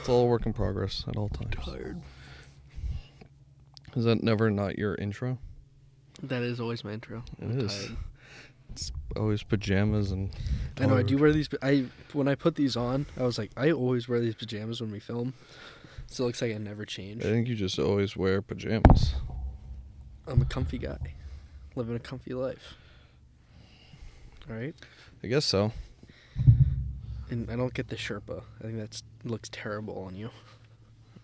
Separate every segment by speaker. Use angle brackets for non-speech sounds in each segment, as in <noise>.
Speaker 1: It's all a work in progress at all times.
Speaker 2: Tired.
Speaker 1: Is that never not your intro?
Speaker 2: That is always my intro.
Speaker 1: It is. It's always pajamas and.
Speaker 2: I know. I do
Speaker 1: tired.
Speaker 2: wear these. pa- I when I put these on, I was like, I always wear these pajamas when we film, so it looks like I never change.
Speaker 1: I think you just always wear pajamas.
Speaker 2: I'm a comfy guy, living a comfy life. All right,
Speaker 1: I guess so.
Speaker 2: and I don't get the Sherpa. I think that's looks terrible on you.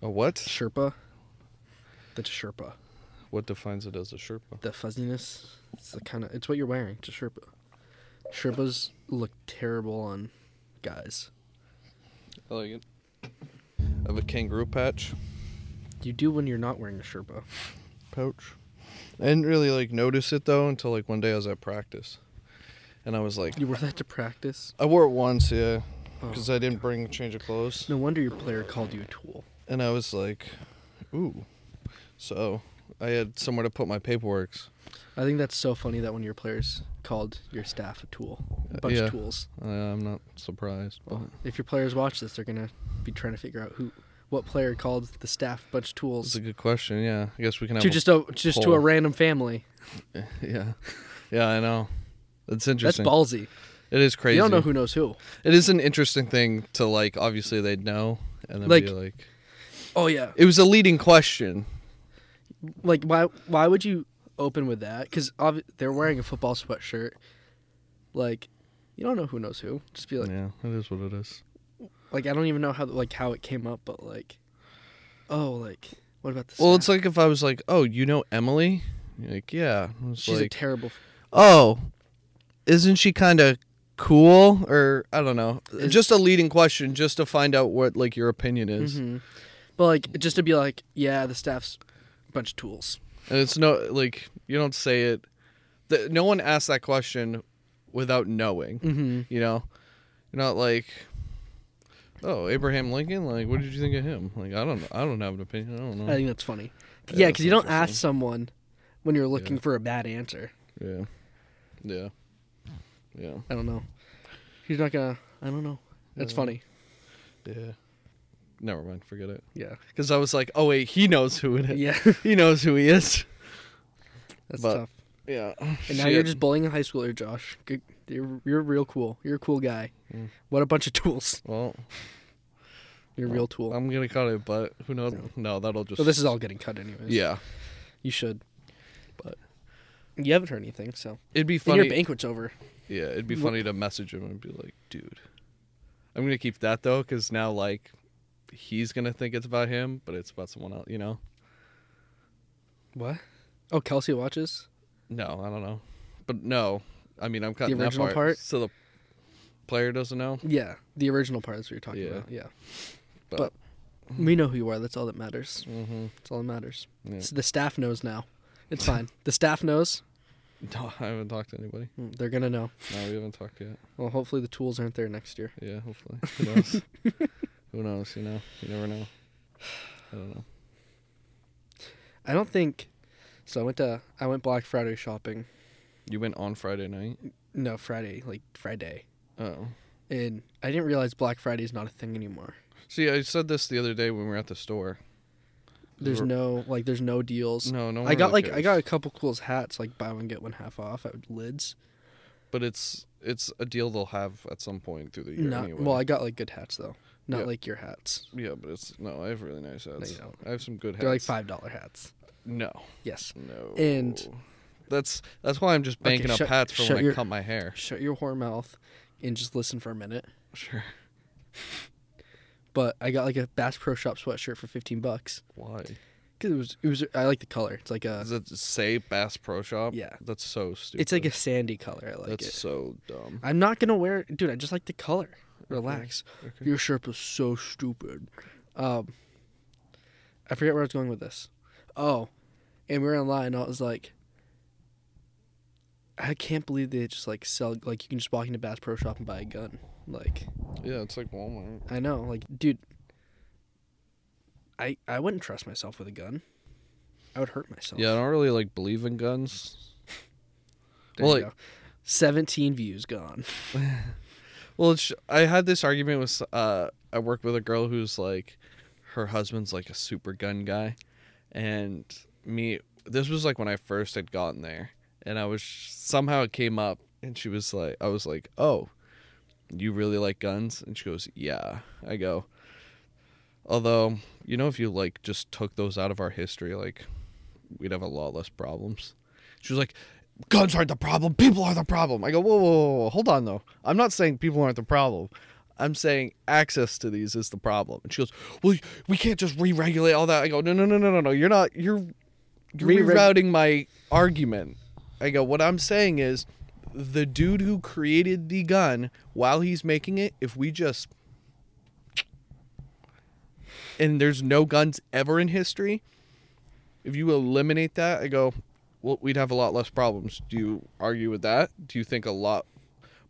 Speaker 1: A what?
Speaker 2: Sherpa. The Sherpa.
Speaker 1: What defines it as a Sherpa?
Speaker 2: The fuzziness. It's the kind of. It's what you're wearing. It's a Sherpa. Sherpas look terrible on guys.
Speaker 1: I like it. I have a kangaroo patch.
Speaker 2: You do when you're not wearing a Sherpa.
Speaker 1: Pouch. I didn't really like notice it though until like one day I was at practice, and I was like,
Speaker 2: You wear that to practice.
Speaker 1: I wore it once, yeah,
Speaker 2: Oh.
Speaker 1: because I didn't bring a change of clothes.
Speaker 2: No wonder your player called you a tool.
Speaker 1: and I was like, ooh. So I had somewhere to put my paperwork.
Speaker 2: I think that's so funny that one of your players called your staff a tool, a bunch
Speaker 1: yeah.
Speaker 2: of tools.
Speaker 1: Uh, I'm not surprised, but
Speaker 2: If your players watch this, they're gonna be trying to figure out who, what player called the staff a bunch of
Speaker 1: it's
Speaker 2: tools
Speaker 1: a good question. Yeah, I guess we can have.
Speaker 2: to
Speaker 1: a-
Speaker 2: just a, just to
Speaker 1: poll.
Speaker 2: a random family.
Speaker 1: <laughs> yeah, yeah, I know. That's
Speaker 2: That's
Speaker 1: interesting.
Speaker 2: ballsy.
Speaker 1: It is crazy.
Speaker 2: You don't know who knows who.
Speaker 1: It is an interesting thing to like. Obviously, they'd know, and then
Speaker 2: Like-
Speaker 1: be like,
Speaker 2: Oh yeah.
Speaker 1: it was a leading question.
Speaker 2: Like why why would you open with that? Because they're wearing a football sweatshirt. Like, you don't know who knows who. Just be like,
Speaker 1: yeah, it is what it is.
Speaker 2: like I don't even know how like how it came up, but like, oh like what about this?
Speaker 1: Well, it's like if I was like, oh, you know Emily? You're like, yeah. I was
Speaker 2: she's a
Speaker 1: like,
Speaker 2: terrible
Speaker 1: oh, isn't she kind of cool? Or I don't know.
Speaker 2: Is-
Speaker 1: just a leading question, just to find out what like your opinion is.
Speaker 2: hmm But like just to be like, yeah, the staff's a bunch of tools.
Speaker 1: And it's no like you don't say it. The, no one asks that question without knowing.
Speaker 2: Mm-hmm.
Speaker 1: You know, you're not like, oh, Abraham Lincoln. Like, what did you think of him? Like, I don't. I don't have an opinion. I don't
Speaker 2: I
Speaker 1: know.
Speaker 2: think that's funny.
Speaker 1: Yeah,
Speaker 2: Yeah,
Speaker 1: that's
Speaker 2: because you don't
Speaker 1: interesting.
Speaker 2: ask someone when you're looking for a bad answer.
Speaker 1: yeah. Yeah. Yeah.
Speaker 2: I don't know. He's not gonna. I don't know. That's
Speaker 1: Yeah.
Speaker 2: funny.
Speaker 1: Yeah. Never mind. Forget it. <laughs>
Speaker 2: Yeah.
Speaker 1: Because I was like, oh wait, he knows who it is.
Speaker 2: Yeah.
Speaker 1: <laughs>
Speaker 2: <laughs>
Speaker 1: he knows who he is.
Speaker 2: That's
Speaker 1: But-
Speaker 2: tough.
Speaker 1: <laughs> Yeah.
Speaker 2: And now you're just bullying a high schooler, Josh. Good. You're you're real cool. You're a cool guy.
Speaker 1: Mm.
Speaker 2: What a bunch of tools.
Speaker 1: Well,
Speaker 2: You're a real tool.
Speaker 1: I'm gonna cut it, but who knows? No, that'll just.
Speaker 2: so this is all getting cut anyways.
Speaker 1: Yeah.
Speaker 2: You should. But you haven't heard anything, so
Speaker 1: It'd be
Speaker 2: and
Speaker 1: funny.
Speaker 2: your banquet's over.
Speaker 1: Yeah, it'd be
Speaker 2: Wh-
Speaker 1: funny to message him and be like, dude, I'm gonna keep that though, because now like, he's gonna think it's about him, but it's about someone else. You know?
Speaker 2: What? Oh, Kelsey watches.
Speaker 1: No, I don't know. But no, I mean, I'm cutting
Speaker 2: original
Speaker 1: that part.
Speaker 2: part?
Speaker 1: So the player doesn't know.
Speaker 2: Yeah, the original part is what you're talking
Speaker 1: Yeah.
Speaker 2: about. Yeah,
Speaker 1: But-
Speaker 2: but, we know who you are. That's all that matters.
Speaker 1: Mm-hmm.
Speaker 2: That's all that matters.
Speaker 1: Yeah.
Speaker 2: So the staff knows now. It's <laughs> fine. the staff knows.
Speaker 1: <laughs> No, I haven't talked to anybody.
Speaker 2: Mm, They're gonna know.
Speaker 1: No, we haven't talked yet.
Speaker 2: Well, hopefully the tools aren't there next year.
Speaker 1: Yeah,
Speaker 2: <laughs>
Speaker 1: hopefully. Who knows? Who knows? You know, you never know. I don't know.
Speaker 2: I don't think. So I went to I went Black Friday shopping.
Speaker 1: You went on Friday night.
Speaker 2: No, Friday, like Friday,
Speaker 1: Oh,
Speaker 2: and I didn't realize Black Friday is not a thing anymore.
Speaker 1: see, I said this the other day when we were at the store.
Speaker 2: There's
Speaker 1: We're-
Speaker 2: no like, there's no deals.
Speaker 1: No, no. one
Speaker 2: I got
Speaker 1: really
Speaker 2: like I
Speaker 1: cares.
Speaker 2: got a couple cool's hats, like buy one get one half off at Lids.
Speaker 1: but it's it's a deal they'll have at some point through the year.
Speaker 2: Not
Speaker 1: anyway.
Speaker 2: well, I got like good hats though, not
Speaker 1: Yeah.
Speaker 2: like your hats.
Speaker 1: yeah, but it's no. I have really nice hats.
Speaker 2: you don't.
Speaker 1: I have some good hats.
Speaker 2: They're like five dollar hats.
Speaker 1: No,
Speaker 2: Yes.
Speaker 1: no.
Speaker 2: And-
Speaker 1: that's that's why I'm just
Speaker 2: Okay,
Speaker 1: banking up
Speaker 2: shut-
Speaker 1: hats for
Speaker 2: shut
Speaker 1: when I
Speaker 2: your-
Speaker 1: cut my hair.
Speaker 2: Shut your whore mouth and just listen for a minute.
Speaker 1: Sure.
Speaker 2: But I got like a Bass Pro Shop sweatshirt for fifteen bucks
Speaker 1: Why?
Speaker 2: because it was it was I like the color. It's like a
Speaker 1: Does it say Bass Pro Shop?
Speaker 2: Yeah.
Speaker 1: That's so stupid.
Speaker 2: it's like a sandy color. I like
Speaker 1: That's
Speaker 2: it.
Speaker 1: so dumb.
Speaker 2: I'm not gonna wear, it. dude. I just like the color. Relax.
Speaker 1: Okay.
Speaker 2: Your shirt was so stupid. Um, I forget where I was going with this. Oh, and we were online. And I was like, I can't believe they just like sell like you can just walk into Bass Pro Shop and buy a gun. Like
Speaker 1: Yeah, it's like Walmart.
Speaker 2: I know, like dude, I I wouldn't trust myself with a gun. I would hurt myself.
Speaker 1: Yeah, I don't really like believe in guns.
Speaker 2: <laughs> There
Speaker 1: well,
Speaker 2: you
Speaker 1: like-
Speaker 2: go. Seventeen views gone.
Speaker 1: Well, it's, I had this argument with uh, I work with a girl who's like, her husband's like a super gun guy, and me. This was like when I first had gotten there, and I was somehow it came up, and she was like, I was like, oh, you really like guns? And she goes, yeah. I go. Although, you know, if you like just took those out of our history, like we'd have a lot less problems. She was like, guns aren't the problem. People are the problem. I go, whoa, whoa, whoa, whoa. Hold on, though. I'm not saying people aren't the problem. I'm saying access to these is the problem. And she goes, well, we can't just re-regulate all that. I go, no, no, no, no, no, no. You're not. You're, you're
Speaker 2: Re-reg-
Speaker 1: rerouting my argument. I go, what I'm saying is, the dude who created the gun, while he's making it, if we just and there's no guns ever in history, if you eliminate that, I go, well, we'd have a lot less problems. Do you argue with that? Do you think a lot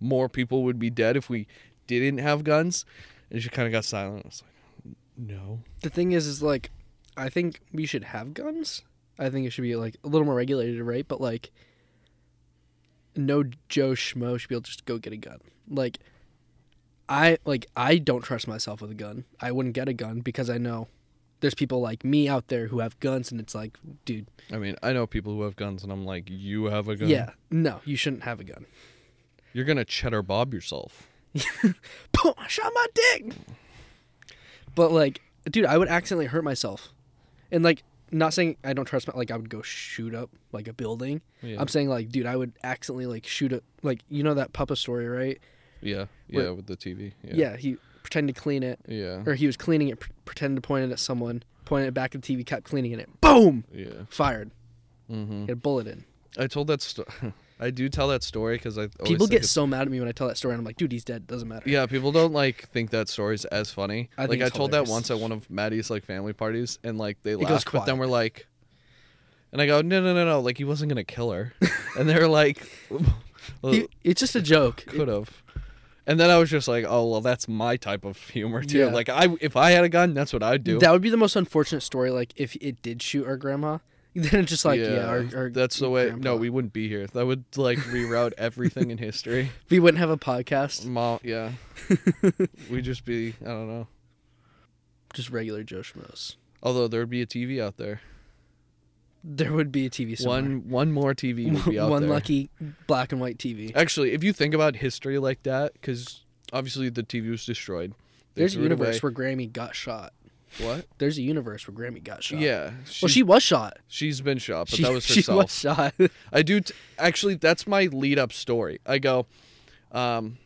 Speaker 1: more people would be dead if we didn't have guns? And she kind of got silent. I was like, no.
Speaker 2: The thing is, is like, I think we should have guns. I think it should be like a little more regulated, right? But like, no Joe Schmo should be able to just go get a gun. Like, I like I don't trust myself with a gun. I wouldn't get a gun because I know there's people like me out there who have guns, and it's like, dude,
Speaker 1: I mean, I know people who have guns, and I'm like, you have a gun.
Speaker 2: yeah, no, you shouldn't have a gun.
Speaker 1: You're gonna cheddar bob yourself.
Speaker 2: <laughs> Boom, I shot my dick. But like, dude, I would accidentally hurt myself, and like, not saying I don't trust my like I would go shoot up like a building.
Speaker 1: Yeah.
Speaker 2: I'm saying like, dude, I would accidentally like shoot up like you know that Papa story, right?
Speaker 1: yeah. Yeah. with the TV. Yeah.
Speaker 2: Yeah, he pretended to clean it,
Speaker 1: Yeah.
Speaker 2: or he was cleaning it, pr- pretended to point it at someone, pointed it back at the TV, kept cleaning it. Boom,
Speaker 1: Yeah.
Speaker 2: fired.
Speaker 1: hmm
Speaker 2: Get a bullet in.
Speaker 1: I told that. Sto- <laughs> I do tell that story because I always
Speaker 2: People
Speaker 1: think
Speaker 2: get
Speaker 1: Oh, it's-
Speaker 2: so mad at me when I tell that story, and I'm like, dude, he's dead. Doesn't matter.
Speaker 1: Yeah, people don't like think that story's as funny.
Speaker 2: I think
Speaker 1: like I
Speaker 2: it's
Speaker 1: told
Speaker 2: hilarious.
Speaker 1: that once at one of Maddie's like family parties, and like they
Speaker 2: goes
Speaker 1: laughed, but then
Speaker 2: quiet.
Speaker 1: we're like, and I go, no, no, no, no, like he wasn't gonna kill
Speaker 2: <laughs>
Speaker 1: her, and they're like, well,
Speaker 2: He- it's just
Speaker 1: <laughs>
Speaker 2: a joke.
Speaker 1: could have. And then I was just like, oh well, that's my type of humor too.
Speaker 2: Yeah.
Speaker 1: Like I, if I had a gun, that's what I'd do.
Speaker 2: That would be the most unfortunate story. Like if it did shoot our grandma, <laughs> then it's just like yeah, our, our
Speaker 1: that's the way.
Speaker 2: grandpa.
Speaker 1: No, we wouldn't be here. That would like reroute everything in
Speaker 2: <laughs>
Speaker 1: history.
Speaker 2: we wouldn't have a podcast.
Speaker 1: Mom,
Speaker 2: <laughs>
Speaker 1: yeah, we'd just be. I don't know.
Speaker 2: Just regular Joe Schmoes.
Speaker 1: Although there'd be a TV out there.
Speaker 2: There would be a TV. Somewhere.
Speaker 1: One <laughs> one more TV would
Speaker 2: <laughs>
Speaker 1: be out
Speaker 2: one
Speaker 1: there.
Speaker 2: lucky black and white TV.
Speaker 1: Actually, if you think about history like that, because obviously the TV was destroyed. They
Speaker 2: There's a
Speaker 1: threw it
Speaker 2: universe
Speaker 1: away.
Speaker 2: where Grammy got shot.
Speaker 1: what?
Speaker 2: There's a universe where Grammy got shot.
Speaker 1: Yeah, she's,
Speaker 2: Well, she was shot.
Speaker 1: she's been shot, but
Speaker 2: she,
Speaker 1: that was
Speaker 2: <laughs> she
Speaker 1: herself.
Speaker 2: was shot. <laughs>
Speaker 1: I do t- actually. That's my lead up story. I go. Um,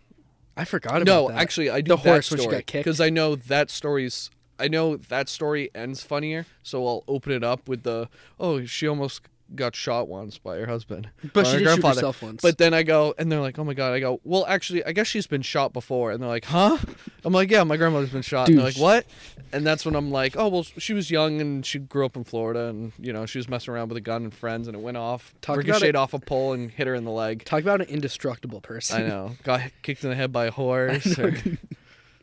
Speaker 2: I forgot about
Speaker 1: no,
Speaker 2: that.
Speaker 1: actually, I do
Speaker 2: The
Speaker 1: that
Speaker 2: horse when she
Speaker 1: story
Speaker 2: got kicked.
Speaker 1: because I know that story's. I know that story ends funnier, so I'll open it up with the oh, she almost got shot once by her husband, by
Speaker 2: <laughs> but she
Speaker 1: her
Speaker 2: did shoot
Speaker 1: grandfather.
Speaker 2: herself once.
Speaker 1: But then I go, and they're like, "Oh my god!" I go, "Well, actually, I guess she's been shot before." And they're like, "Huh?" I'm like, "Yeah, my grandmother's been shot." and they're like,
Speaker 2: Dude.
Speaker 1: "What?" And that's when I'm like, "Oh, well, she was young and she grew up in Florida, and you know, she was messing around with a gun and friends, and it went off,
Speaker 2: Talk about
Speaker 1: ricocheted
Speaker 2: it.
Speaker 1: off a pole, and hit her in the leg."
Speaker 2: talk about an indestructible person.
Speaker 1: <laughs> I know, got kicked in the head by a horse. or-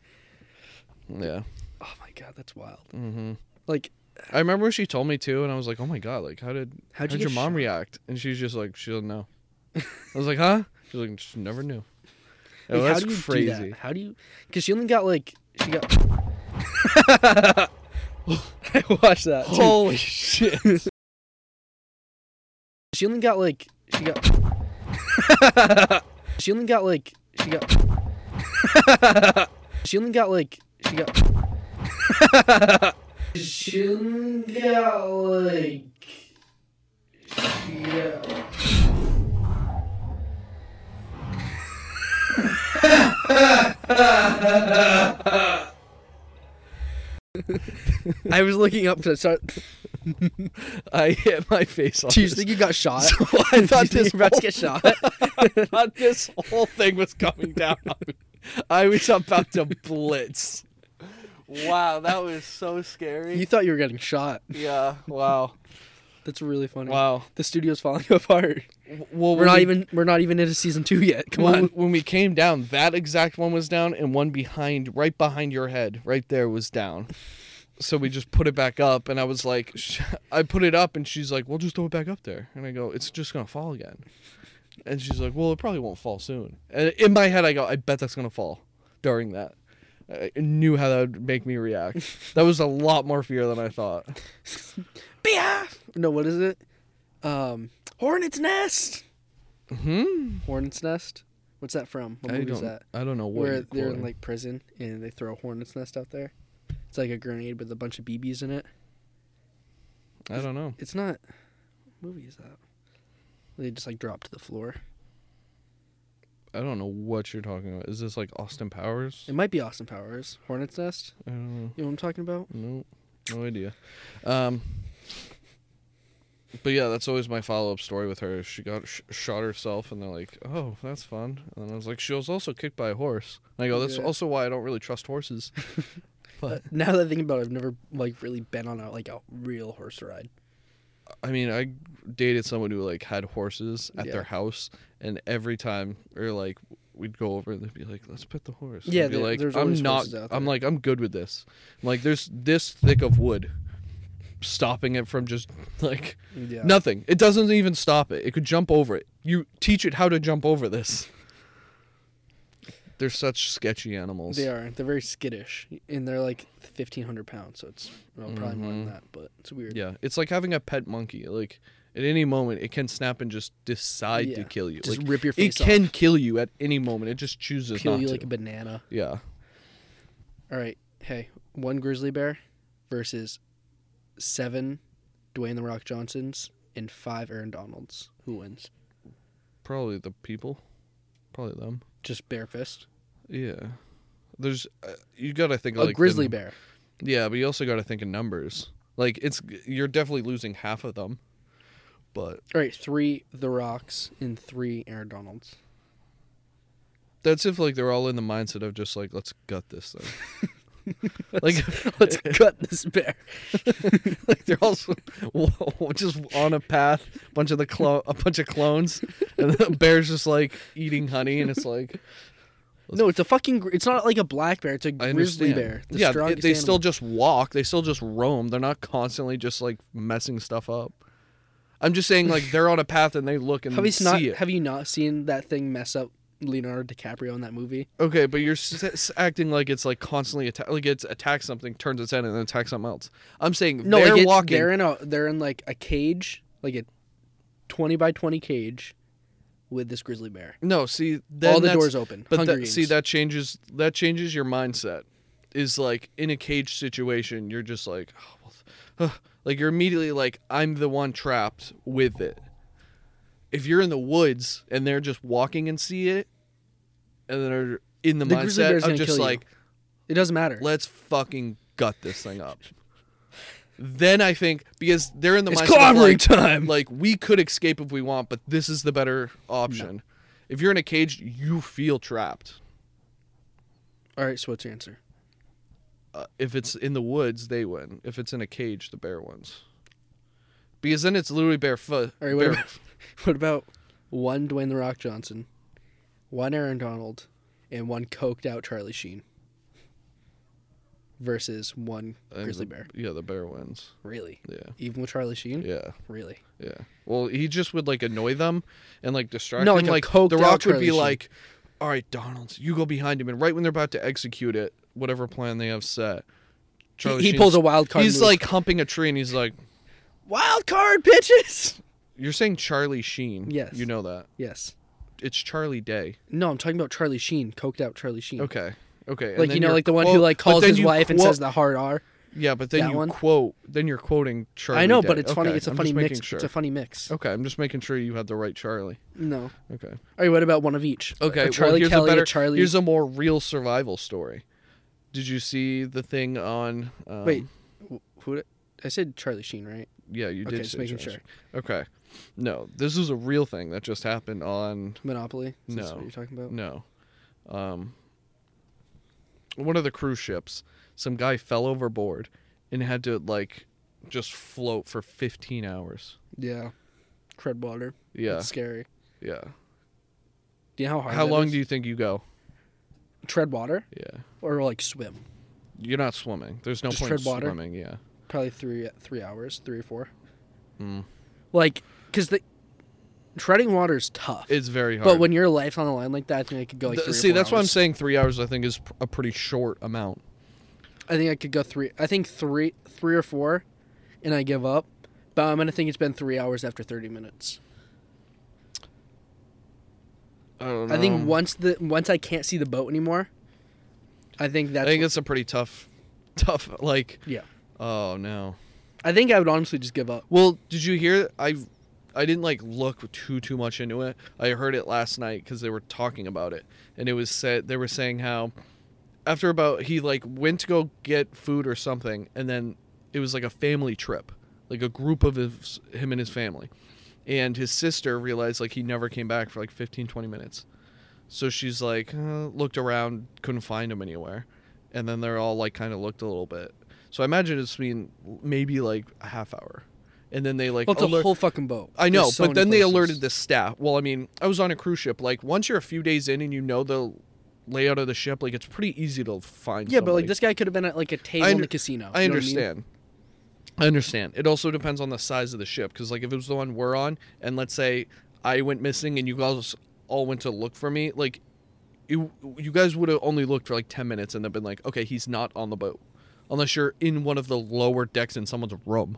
Speaker 1: <laughs> yeah,
Speaker 2: <laughs> Oh my god, that's wild.
Speaker 1: hmm
Speaker 2: Like,
Speaker 1: I remember when she told me too, and I was like, "Oh my god! Like, how did how'd
Speaker 2: how'd you
Speaker 1: your
Speaker 2: get
Speaker 1: mom react?" And she's just like, "She doesn't
Speaker 2: <laughs>
Speaker 1: know." I was like, "Huh?" She's like, "She never knew."
Speaker 2: Like,
Speaker 1: Oh,
Speaker 2: how
Speaker 1: that's
Speaker 2: do you
Speaker 1: crazy.
Speaker 2: Do <laughs> that? How do you? Because she only got like she got. <laughs> I watched that. dude.
Speaker 1: Holy shit. <laughs>
Speaker 2: She only got like she <laughs> got. she only got like she got. she only got like she got. she only got like she got. I was looking up to start.
Speaker 1: I hit my face on
Speaker 2: Do you
Speaker 1: this.
Speaker 2: think you <laughs> got shot?
Speaker 1: So I thought
Speaker 2: Do you
Speaker 1: this
Speaker 2: think you're about
Speaker 1: whole,
Speaker 2: to get shot.
Speaker 1: I thought <laughs> this whole thing was coming down on me. I was about to blitz. Wow, that was so scary.
Speaker 2: You thought you were getting shot.
Speaker 1: yeah, wow.
Speaker 2: That's really funny.
Speaker 1: Wow.
Speaker 2: The studio's falling <laughs> apart.
Speaker 1: W- Well,
Speaker 2: We're
Speaker 1: when
Speaker 2: not
Speaker 1: we-
Speaker 2: even we're not even into season two yet. Come
Speaker 1: well,
Speaker 2: on.
Speaker 1: When we came down, that exact one was down, and one behind, right behind your head, right there was down. So we just put it back up, and I was like, sh- I put it up, and she's like, "Well, just throw it back up there." And I go, "It's just gonna fall again." And she's like, "Well, it probably won't fall soon." And in my head, I go, "I bet that's gonna fall during that." I knew how that would make me react. that was a lot more fear than I thought.
Speaker 2: Behalf. No, what is it? Um, Hornet's Nest.
Speaker 1: Hmm.
Speaker 2: Hornet's Nest. What's that from? What
Speaker 1: I
Speaker 2: movie is
Speaker 1: don't.
Speaker 2: that?
Speaker 1: I don't know what.
Speaker 2: Where
Speaker 1: you're
Speaker 2: they're in
Speaker 1: quoting.
Speaker 2: like prison and they throw a hornet's nest out there. It's like a grenade with a bunch of BBs in it.
Speaker 1: I don't know.
Speaker 2: It's not. What movie is that? They just like drop to the floor.
Speaker 1: I don't know what you're talking about. Is this like Austin Powers?
Speaker 2: It might be Austin Powers. Hornet's Nest.
Speaker 1: I don't know.
Speaker 2: You know what I'm talking about?
Speaker 1: No, no idea. Um, but yeah, that's always my follow up story with her. She got sh- shot herself, and they're like, "Oh, that's fun." And I was like, "She was also kicked by a horse." And I go, "That's
Speaker 2: Yeah.
Speaker 1: also why I don't really trust
Speaker 2: <laughs>
Speaker 1: horses." but
Speaker 2: Now that I think about it, I've never like really been on a like a real horse ride.
Speaker 1: I mean, I dated someone who like had horses at
Speaker 2: Yeah.
Speaker 1: their house, and every time or like we'd go over and they'd be like, "Let's pet the horse."
Speaker 2: Yeah,
Speaker 1: I'd be
Speaker 2: there-
Speaker 1: like
Speaker 2: there's
Speaker 1: I'm
Speaker 2: always
Speaker 1: not.
Speaker 2: horses out
Speaker 1: I'm
Speaker 2: there."
Speaker 1: like I'm good with this. I'm like there's this thick of wood, stopping it from just like
Speaker 2: Yeah.
Speaker 1: nothing. It doesn't even stop it. It could jump over it. You teach it how to jump over this. They're such sketchy animals.
Speaker 2: They are. They're very skittish, and they're like fifteen hundred pounds. So it's well, probably more than
Speaker 1: Mhm.
Speaker 2: that, but it's weird.
Speaker 1: Yeah, it's like having a pet monkey. Like at any moment, it can snap and just decide
Speaker 2: Yeah.
Speaker 1: to kill you.
Speaker 2: Just
Speaker 1: like,
Speaker 2: rip your
Speaker 1: it
Speaker 2: face off.
Speaker 1: can kill you at any moment. It just chooses
Speaker 2: peel
Speaker 1: not
Speaker 2: you
Speaker 1: to.
Speaker 2: like a banana.
Speaker 1: yeah,
Speaker 2: All right. Hey, one grizzly bear versus seven Dwayne the Rock Johnsons and five Aaron Donalds. Who wins?
Speaker 1: probably the people, probably them.
Speaker 2: Just bare fist.
Speaker 1: Yeah, there's uh, you got to think
Speaker 2: A
Speaker 1: like
Speaker 2: grizzly
Speaker 1: in-
Speaker 2: bear.
Speaker 1: Yeah, but you also got to think in numbers. Like it's you're definitely losing half of them, but
Speaker 2: All right, three The Rocks and three
Speaker 1: <laughs>
Speaker 2: Aaron Donalds.
Speaker 1: That's if like they're all in the mindset of just like let's gut this thing.
Speaker 2: <laughs>
Speaker 1: <laughs> like <laughs>
Speaker 2: Let's cut this bear.
Speaker 1: like they're all so- <laughs> whoa, just on a path, bunch of the clo- a bunch of clones, and the <laughs> bear's just like eating honey, and it's
Speaker 2: <laughs>
Speaker 1: like
Speaker 2: <laughs> No, it's a fucking. gri- It's not like a black bear. It's a
Speaker 1: I
Speaker 2: grizzly
Speaker 1: understand.
Speaker 2: bear. The
Speaker 1: yeah, they-
Speaker 2: strongest
Speaker 1: they still
Speaker 2: animal.
Speaker 1: just walk. They still just roam. They're not constantly just like messing stuff up. I'm just saying like they're on a path and they look and
Speaker 2: Have you
Speaker 1: see
Speaker 2: not?
Speaker 1: it.
Speaker 2: Have you not seen that thing mess up Leonardo DiCaprio in that movie?
Speaker 1: Okay, but you're s- s- acting like it's like constantly atta- like it's attacks something, turns its head, and then attacks something else. I'm saying
Speaker 2: No,
Speaker 1: they're
Speaker 2: like it-
Speaker 1: walking.
Speaker 2: They're in a they're in like a cage, like a twenty by twenty cage, with this grizzly bear.
Speaker 1: No, see, then
Speaker 2: All the
Speaker 1: that's-
Speaker 2: doors open.
Speaker 1: But
Speaker 2: Hunger
Speaker 1: that, see,
Speaker 2: Games.
Speaker 1: that changes that changes your mindset. Is like in a cage situation, you're just like, oh, well, ugh." like you're immediately like, I'm the one trapped with it. If you're in the woods and they're just walking and see it, and they're in the,
Speaker 2: The grizzly bear's
Speaker 1: mindset
Speaker 2: gonna
Speaker 1: of just
Speaker 2: kill you.
Speaker 1: like,
Speaker 2: It doesn't matter.
Speaker 1: let's fucking gut this thing up. then I think because they're in the
Speaker 2: It's
Speaker 1: mindset of,
Speaker 2: clobbering
Speaker 1: like,
Speaker 2: time.
Speaker 1: Like we could escape if we want, but this is the better option. If you're in a cage, you feel trapped.
Speaker 2: All right, so what's your answer? <laughs>
Speaker 1: uh, if it's in the woods, they win. If it's in a cage, the bear wins. Because then it's literally barefoot.
Speaker 2: All right, what about, what about one Dwayne the Rock Johnson, one Aaron Donald, and one coked out Charlie Sheen versus one <laughs> grizzly bear?
Speaker 1: Yeah, the bear wins.
Speaker 2: Really?
Speaker 1: Yeah,
Speaker 2: Even with Charlie Sheen?
Speaker 1: yeah,
Speaker 2: Really?
Speaker 1: yeah. Well, he just would like annoy them and like distract
Speaker 2: No,
Speaker 1: them.
Speaker 2: like
Speaker 1: Like
Speaker 2: a coked
Speaker 1: the
Speaker 2: out
Speaker 1: Rock would
Speaker 2: Charlie
Speaker 1: be
Speaker 2: Sheen.
Speaker 1: like, "All right, Donald's, you go behind him." And right when they're about to execute it, whatever plan they have set, Charlie
Speaker 2: he
Speaker 1: Sheen's-
Speaker 2: pulls a wild card
Speaker 1: He's
Speaker 2: move.
Speaker 1: like humping a tree, and he's like,
Speaker 2: Wild card pitches.
Speaker 1: "You're saying Charlie Sheen?
Speaker 2: Yes.
Speaker 1: you know that
Speaker 2: Yes.
Speaker 1: it's Charlie Day."
Speaker 2: No, I'm talking about Charlie Sheen, coked out Charlie Sheen.
Speaker 1: Okay, okay. and
Speaker 2: Like
Speaker 1: then
Speaker 2: you know,
Speaker 1: you're
Speaker 2: like the one who
Speaker 1: quote-
Speaker 2: like
Speaker 1: but
Speaker 2: calls
Speaker 1: then
Speaker 2: his
Speaker 1: you
Speaker 2: wife and
Speaker 1: quote-
Speaker 2: says the hard R.
Speaker 1: Yeah, but then
Speaker 2: That
Speaker 1: you
Speaker 2: one?
Speaker 1: quote. Then you're quoting Charlie.
Speaker 2: I know,
Speaker 1: Day.
Speaker 2: but it's funny.
Speaker 1: Okay,
Speaker 2: It's a
Speaker 1: I'm
Speaker 2: funny
Speaker 1: just making
Speaker 2: mix.
Speaker 1: Sure.
Speaker 2: It's a funny mix.
Speaker 1: okay, I'm just making sure you had the right Charlie.
Speaker 2: Oh, No. All
Speaker 1: Okay.
Speaker 2: right. What about one of each?
Speaker 1: Okay.
Speaker 2: A Charlie
Speaker 1: well, here's
Speaker 2: Kelly,
Speaker 1: a better.
Speaker 2: a Charlie.
Speaker 1: Here's a more real survival story. Did you see the thing on? Um,
Speaker 2: Wait, wh- who? Did, I said Charlie Sheen, right?
Speaker 1: Yeah, you did.
Speaker 2: Okay, just
Speaker 1: say
Speaker 2: making
Speaker 1: Charlie Sheen. Okay. No, this is a real thing that just happened on.
Speaker 2: Monopoly. Is this
Speaker 1: No. Mm.
Speaker 2: what you're talking about?
Speaker 1: No. Um. One of the cruise ships, some guy fell overboard, and had to like, just float for 15 hours.
Speaker 2: Yeah. Tread water.
Speaker 1: Yeah.
Speaker 2: It's scary.
Speaker 1: Yeah.
Speaker 2: Do you know how hard?
Speaker 1: How
Speaker 2: that
Speaker 1: long
Speaker 2: is?
Speaker 1: do you think you go?
Speaker 2: tread water
Speaker 1: Yeah.
Speaker 2: or like swim?
Speaker 1: You're not swimming. There's no
Speaker 2: Just
Speaker 1: point in
Speaker 2: tread water?
Speaker 1: swimming. Yeah.
Speaker 2: Probably three three hours, three or four.
Speaker 1: Mm.
Speaker 2: Like, cause the treading water is tough.
Speaker 1: It's very hard.
Speaker 2: but when your life's on the line like that, I think I could go like
Speaker 1: Th-
Speaker 2: three or
Speaker 1: see,
Speaker 2: four
Speaker 1: that's why I'm
Speaker 2: hours.
Speaker 1: saying three hours. I think is pr- a pretty short amount.
Speaker 2: I think I could go three. I think three, three or four, and I give up. But I'm gonna think it's been three hours after 30 minutes.
Speaker 1: I don't
Speaker 2: I think once the once I can't see the boat anymore, I think
Speaker 1: I
Speaker 2: that's.
Speaker 1: think it's a pretty tough, <laughs> tough. Like,
Speaker 2: yeah,
Speaker 1: oh no.
Speaker 2: I think I would honestly just give up.
Speaker 1: Well, did you hear? I, I didn't like look too too much into it. I heard it last night because they were talking about it, and it was said they were saying how, after about he like went to go get food or something, and then it was like a family trip, like a group of his, him and his family, and his sister realized like he never came back for like 15, 20 minutes, so she's like uh, looked around, couldn't find him anywhere, and then they're all like kind of looked a little bit. So I imagine it's been maybe like a half hour, and then they like oh,
Speaker 2: Well, it's
Speaker 1: alert-
Speaker 2: a whole fucking boat.
Speaker 1: I know,
Speaker 2: There's so
Speaker 1: but
Speaker 2: many
Speaker 1: then they
Speaker 2: places.
Speaker 1: alerted the staff. Well, I mean, I was on a cruise ship. Like once you're a few days in and you know the layout of the ship, like it's pretty easy to find.
Speaker 2: Yeah, but
Speaker 1: somebody.
Speaker 2: like this guy could have been at like a table in
Speaker 1: under-
Speaker 2: the casino.
Speaker 1: I
Speaker 2: you know what mean?
Speaker 1: understand. I understand. It also depends on the size of the ship, because like if it was the one we're on, and let's say I went missing and you guys all went to look for me, like you you guys would have only looked for like ten minutes and then been like, okay, he's not on the boat, unless you're in one of the lower decks in someone's room.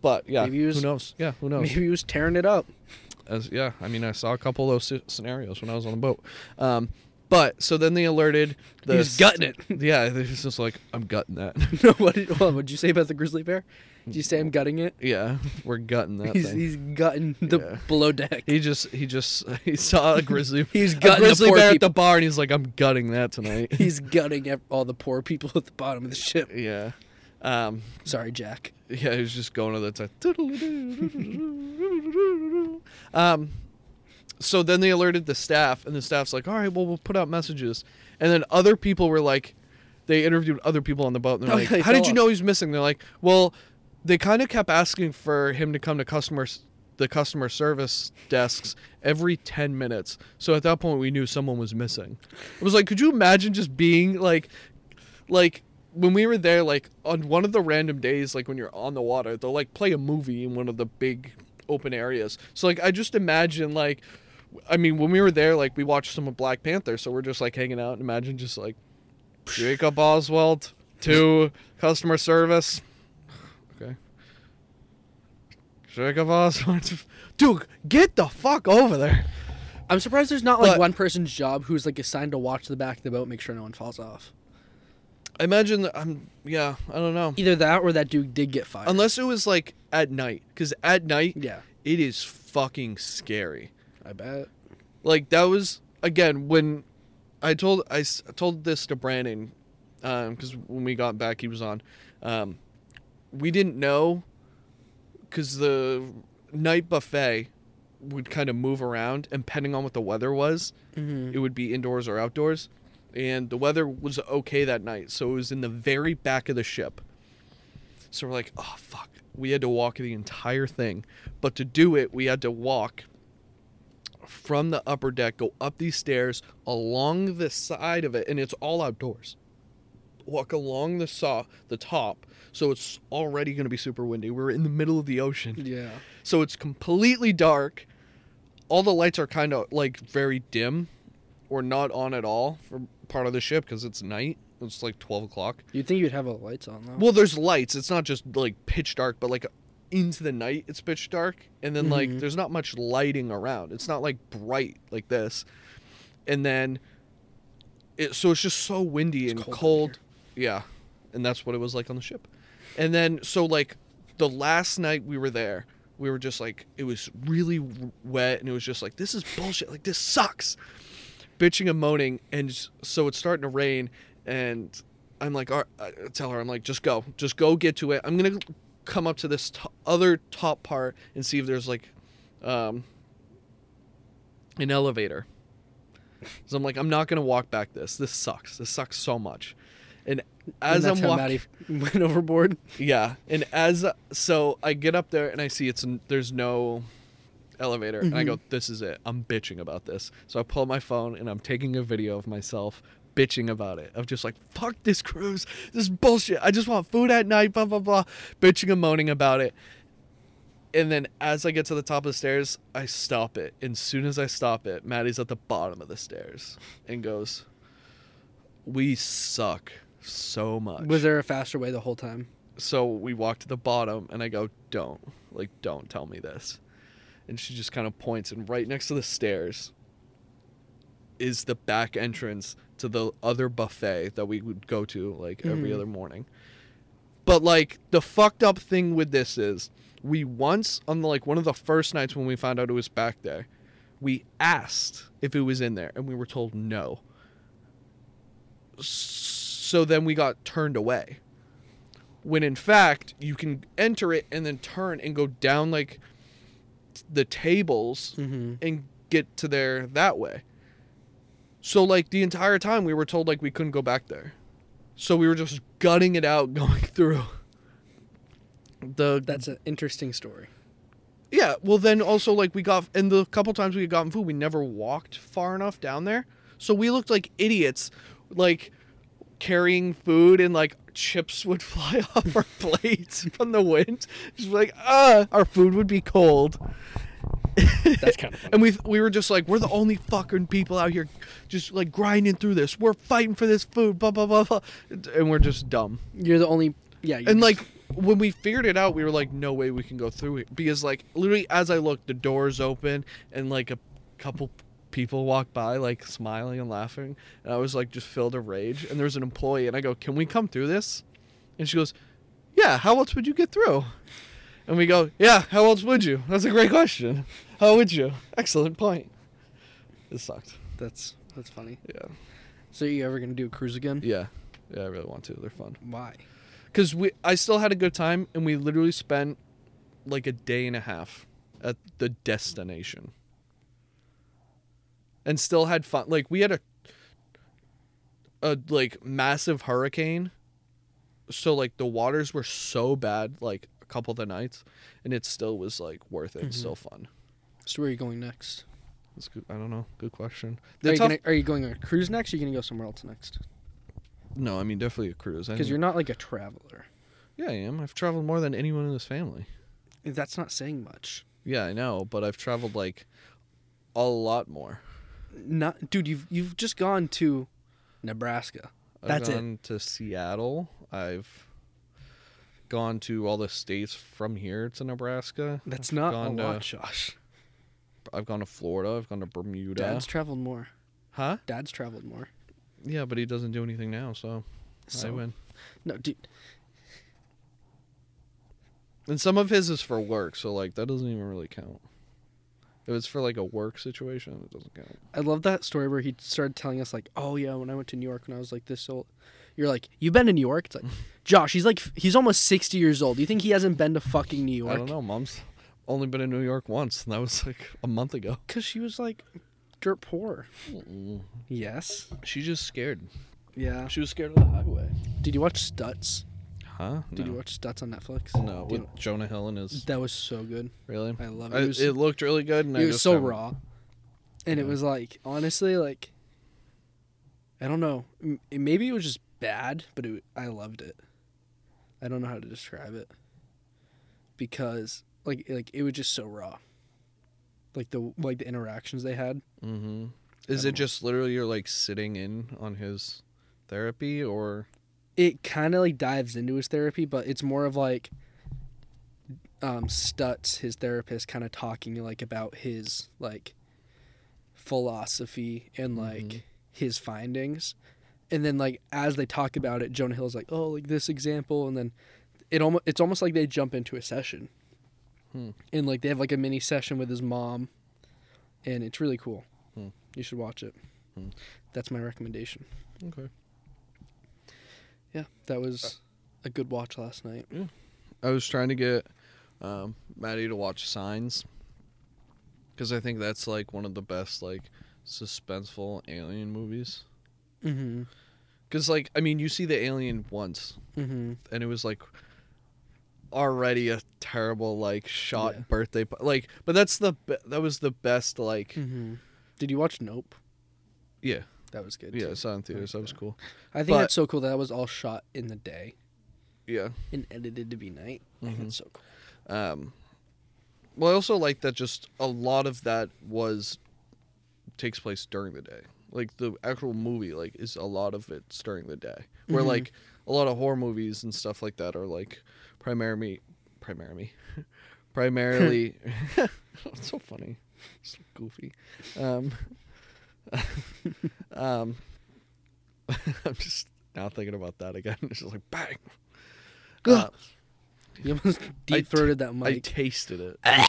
Speaker 1: But yeah,
Speaker 2: Maybe he was-
Speaker 1: who knows? Yeah, who knows?
Speaker 2: Maybe he was tearing it up. <laughs>
Speaker 1: as yeah i mean i saw a couple of those sce- scenarios when i was on the boat um but so then they alerted the
Speaker 2: He was gutting
Speaker 1: <laughs>
Speaker 2: it.
Speaker 1: yeah they was just like i'm gutting that <laughs>
Speaker 2: No, what did what would you say about the grizzly bear? Did you say I'm gutting it?
Speaker 1: yeah we're gutting that
Speaker 2: He's,
Speaker 1: thing
Speaker 2: he's gutting the
Speaker 1: Yeah.
Speaker 2: below deck.
Speaker 1: he just he just <laughs> he saw a grizzly
Speaker 2: <laughs> He's
Speaker 1: a
Speaker 2: gutting the
Speaker 1: grizzly
Speaker 2: poor
Speaker 1: bear
Speaker 2: people.
Speaker 1: at the bar and he's like i'm gutting that
Speaker 2: <laughs>
Speaker 1: tonight
Speaker 2: He's gutting ev- all the poor people at the bottom of the ship.
Speaker 1: <laughs> yeah um
Speaker 2: Sorry, Jack.
Speaker 1: yeah he was just going to the time um so then they alerted the staff and the staff's like all right well we'll put out messages and then other people were like they interviewed other people on the boat and they're
Speaker 2: Oh,
Speaker 1: like
Speaker 2: yeah, they
Speaker 1: how did
Speaker 2: fell
Speaker 1: you
Speaker 2: off."
Speaker 1: know he's missing they're like well they kind of kept asking for him to come to customers the customer service desks every 10 minutes so at that point we knew someone was missing it was like could you imagine just being like like when we were there like on one of the random days like when you're on the water they'll like play a movie in one of the big open areas so like i just imagine like i mean when we were there like we watched some of black panther so we're just like hanging out and imagine just like jacob oswald to customer service okay jacob oswald <laughs> dude get the fuck over there
Speaker 2: I'm surprised there's not like
Speaker 1: But-
Speaker 2: one person's job who's like assigned to watch the back of the boat, make sure no one falls off.
Speaker 1: i imagine that i'm yeah i don't know
Speaker 2: Either that or that dude did get fired.
Speaker 1: unless it was like at night because at night
Speaker 2: yeah,
Speaker 1: it is fucking scary.
Speaker 2: I bet.
Speaker 1: Like that was again when I told I s- told this to Brandon because when we got back he was on. Um, we didn't know because the night buffet would kind of move around and depending on what the weather was,
Speaker 2: Mhm.
Speaker 1: it would be indoors or outdoors. And the weather was okay that night, so it was in the very back of the ship. So we're like, oh fuck, we had to walk the entire thing, but to do it, we had to walk from the upper deck, go up these stairs, along the side of it, and it's all outdoors. Walk along the saw the top, so it's already going to be super windy. We're in the middle of the ocean.
Speaker 2: Yeah.
Speaker 1: So it's completely dark. All the lights are kind of like very dim or not on at all for part of the ship because it's night. It's like 12 o'clock.
Speaker 2: You'd think you'd have all the lights on though.
Speaker 1: Well, there's lights. It's not just like pitch dark, but like into the night it's pitch dark. And then like
Speaker 2: Mhm.
Speaker 1: there's not much lighting around. It's not like bright like this. And then it so it's just so windy
Speaker 2: It's
Speaker 1: and
Speaker 2: cold
Speaker 1: cold.
Speaker 2: out
Speaker 1: Yeah. And that's what it was like on the ship. And then so like the last night we were there, we were just like it was really w- wet and it was just like this is bullshit. Like this sucks bitching and moaning, and s- so it's starting to rain, and I'm like, all right, I tell her, I'm like, just go, just go get to it. I'm gonna come up to this t- other top part and see if there's like, um, an elevator. So I'm like, I'm not gonna walk back this. This sucks. This sucks so much. And
Speaker 2: And
Speaker 1: as
Speaker 2: that's
Speaker 1: I'm
Speaker 2: how
Speaker 1: walking,
Speaker 2: Maddie <laughs> went overboard.
Speaker 1: yeah, and as so I get up there and I see it's n- there's no elevator and I go this is it. I'm bitching about this. So I pull out my phone and I'm taking a video of myself bitching about it. Of just like fuck this cruise. This is bullshit. I just want food at night blah blah blah bitching and moaning about it. And then as I get to the top of the stairs, I stop it. And soon as I stop it, Maddie's at the bottom of the stairs and goes, "We suck so much."
Speaker 2: Was there a faster way the whole time?
Speaker 1: so we walk to the bottom and I go, "Don't. Like don't tell me this." And she just kind of points and right next to the stairs is the back entrance to the other buffet that we would go to like every
Speaker 2: Mhm.
Speaker 1: other morning. But like the fucked up thing with this is we once on the, like one of the first nights when we found out it was back there, we asked if it was in there and we were told no. So then we got turned away when in fact you can enter it and then turn and go down like the tables
Speaker 2: Mm-hmm.
Speaker 1: and get to there that way. So like the entire time we were told like we couldn't go back there. So we were just gutting it out <laughs> going through the
Speaker 2: That's an interesting story.
Speaker 1: yeah, well then also like we got and the couple times we had gotten food, we never walked far enough down there. So we looked like idiots, like carrying food and like chips <laughs> would fly off our plates from the wind. Just like, ah, our food would be cold.
Speaker 2: That's kind of
Speaker 1: <laughs>
Speaker 2: funny.
Speaker 1: And we we were just like, we're the only fucking people out here just like grinding through this. We're fighting for this food, blah blah blah blah. And we're just dumb.
Speaker 2: You're the only. Yeah. you're
Speaker 1: And
Speaker 2: just-
Speaker 1: like when we figured it out, we were like, no way we can go through it because like literally as I looked, the doors open and like a couple people walked by like smiling and laughing, and I was like just filled with rage. And there was an employee, and I go, "Can we come through this?" And she goes, "Yeah. How else would you get through?" And we go, "Yeah. How else would you?" That's a great question. How would you? Excellent point. It sucked.
Speaker 2: That's that's funny.
Speaker 1: Yeah.
Speaker 2: So you ever gonna do a cruise again?
Speaker 1: Yeah. Yeah. I really want to. They're fun.
Speaker 2: Why?
Speaker 1: because we I still had a good time, and we literally spent like a day and a half at the destination, and still had fun. Like we had a a like massive hurricane, so like the waters were so bad like a couple of the nights, and it still was like worth it,
Speaker 2: Mhm.
Speaker 1: still fun.
Speaker 2: So where are you going next?
Speaker 1: It's good. I don't know. Good question.
Speaker 2: Are
Speaker 1: The
Speaker 2: you,
Speaker 1: tough-
Speaker 2: gonna, are you going on a cruise next? Or are you gonna go somewhere else next?
Speaker 1: no, I mean definitely a cruise.
Speaker 2: Because you're not like a traveler.
Speaker 1: yeah, I am. I've traveled more than anyone in this family.
Speaker 2: That's not saying much.
Speaker 1: Yeah, I know, but I've traveled like a lot more.
Speaker 2: Not, dude. You've you've just gone to Nebraska. That's
Speaker 1: I've
Speaker 2: it.
Speaker 1: gone to Seattle. I've gone to all the states from here to Nebraska.
Speaker 2: That's not a
Speaker 1: gone to-
Speaker 2: lot, Josh.
Speaker 1: I've gone to Florida. I've gone to Bermuda.
Speaker 2: Dad's traveled more.
Speaker 1: Huh?
Speaker 2: Dad's traveled more.
Speaker 1: Yeah, but he doesn't do anything now, so, I win.
Speaker 2: no, dude.
Speaker 1: And some of his is for work, so like that doesn't even really count. If it's for like a work situation, it doesn't count.
Speaker 2: I love that story where he started telling us like, "Oh yeah, when I went to New York when I was like this old." You're like, "You've been to New York?" It's
Speaker 1: <laughs>
Speaker 2: like, "Josh, he's like he's almost 60 years old. Do you think he hasn't been to fucking New York?"
Speaker 1: I don't know. Mom's only been in New York once, and that was like a month ago.
Speaker 2: Cuz she was like dirt poor.
Speaker 1: Mm-mm.
Speaker 2: Yes.
Speaker 1: She's just scared.
Speaker 2: Yeah.
Speaker 1: She was scared of the highway.
Speaker 2: Did you watch Stutz?
Speaker 1: Huh? no.
Speaker 2: Did you watch Stutz on Netflix?
Speaker 1: No,
Speaker 2: Do
Speaker 1: with
Speaker 2: you know-
Speaker 1: Jonah Hill and his
Speaker 2: that was so good.
Speaker 1: really.
Speaker 2: I love it.
Speaker 1: I-
Speaker 2: It
Speaker 1: It,
Speaker 2: was,
Speaker 1: looked really good. And I
Speaker 2: it was
Speaker 1: just
Speaker 2: so
Speaker 1: haven't-
Speaker 2: raw. And it
Speaker 1: Yeah.
Speaker 2: was like honestly like I don't know. M- Maybe it was just bad, but it, I loved it. I don't know how to describe it because like like it was just so raw. Like the like the interactions they had.
Speaker 1: Mhm.
Speaker 2: I
Speaker 1: Is
Speaker 2: don't
Speaker 1: it
Speaker 2: know.
Speaker 1: just literally you're like sitting in on his therapy or
Speaker 2: It kind of like dives into his therapy, but it's more of like um Stutz, his therapist, kind of talking like about his like philosophy and like
Speaker 1: Mhm.
Speaker 2: his findings. And then like as they talk about it, Jonah Hill's like, "Oh, like this example," and then it almost it's almost like they jump into a session,
Speaker 1: Hmm.
Speaker 2: and like they have like a mini session with his mom, and it's really cool.
Speaker 1: Hmm.
Speaker 2: You should watch it.
Speaker 1: Hmm.
Speaker 2: That's my recommendation.
Speaker 1: okay?
Speaker 2: Yeah, that was a good watch last night.
Speaker 1: I was trying to get um, Maddie to watch Signs because I think that's like one of the best like suspenseful alien movies.
Speaker 2: Mm-hmm.
Speaker 1: Because like I mean, you see the alien once
Speaker 2: Mm-hmm.
Speaker 1: and it was like already a terrible like shot
Speaker 2: Yeah.
Speaker 1: birthday pa- like but that's the be- that was the best like
Speaker 2: Mm-hmm. Did you watch Nope?
Speaker 1: yeah
Speaker 2: That was good.
Speaker 1: yeah
Speaker 2: too.
Speaker 1: I saw it in theaters that was
Speaker 2: that.
Speaker 1: cool
Speaker 2: I think
Speaker 1: but-
Speaker 2: that's so cool that, that was all shot in the day
Speaker 1: Yeah.
Speaker 2: and edited to be night. I think
Speaker 1: Mhm.
Speaker 2: that's so cool.
Speaker 1: Um Well, I also like that just a lot of that was takes place during the day. Like the actual movie, like is a lot of it's during the day. Where
Speaker 2: Mhm.
Speaker 1: like a lot of horror movies and stuff like that are like primarily, primarily, <laughs> primarily. <laughs> it's so funny, so goofy. Um, <laughs> um, <laughs> I'm just now thinking about that again. <laughs> It's just like bang. Uh, <laughs>
Speaker 2: You almost deep throated that
Speaker 1: I
Speaker 2: mic,
Speaker 1: tasted
Speaker 2: <laughs>
Speaker 1: it.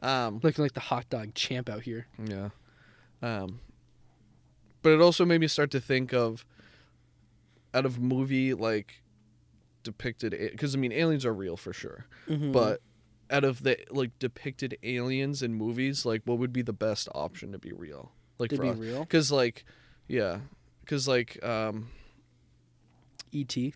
Speaker 1: um,
Speaker 2: looking like the hot dog champ out here.
Speaker 1: Yeah. Um, but it also made me start to think of out of movie like depicted because I mean aliens are real for sure,
Speaker 2: Mm-hmm.
Speaker 1: but out of the like depicted aliens in movies, like what would be the best option to be real? Like
Speaker 2: to
Speaker 1: for
Speaker 2: be
Speaker 1: us-
Speaker 2: real,
Speaker 1: Cause like, yeah, cause like, um, E
Speaker 2: ET.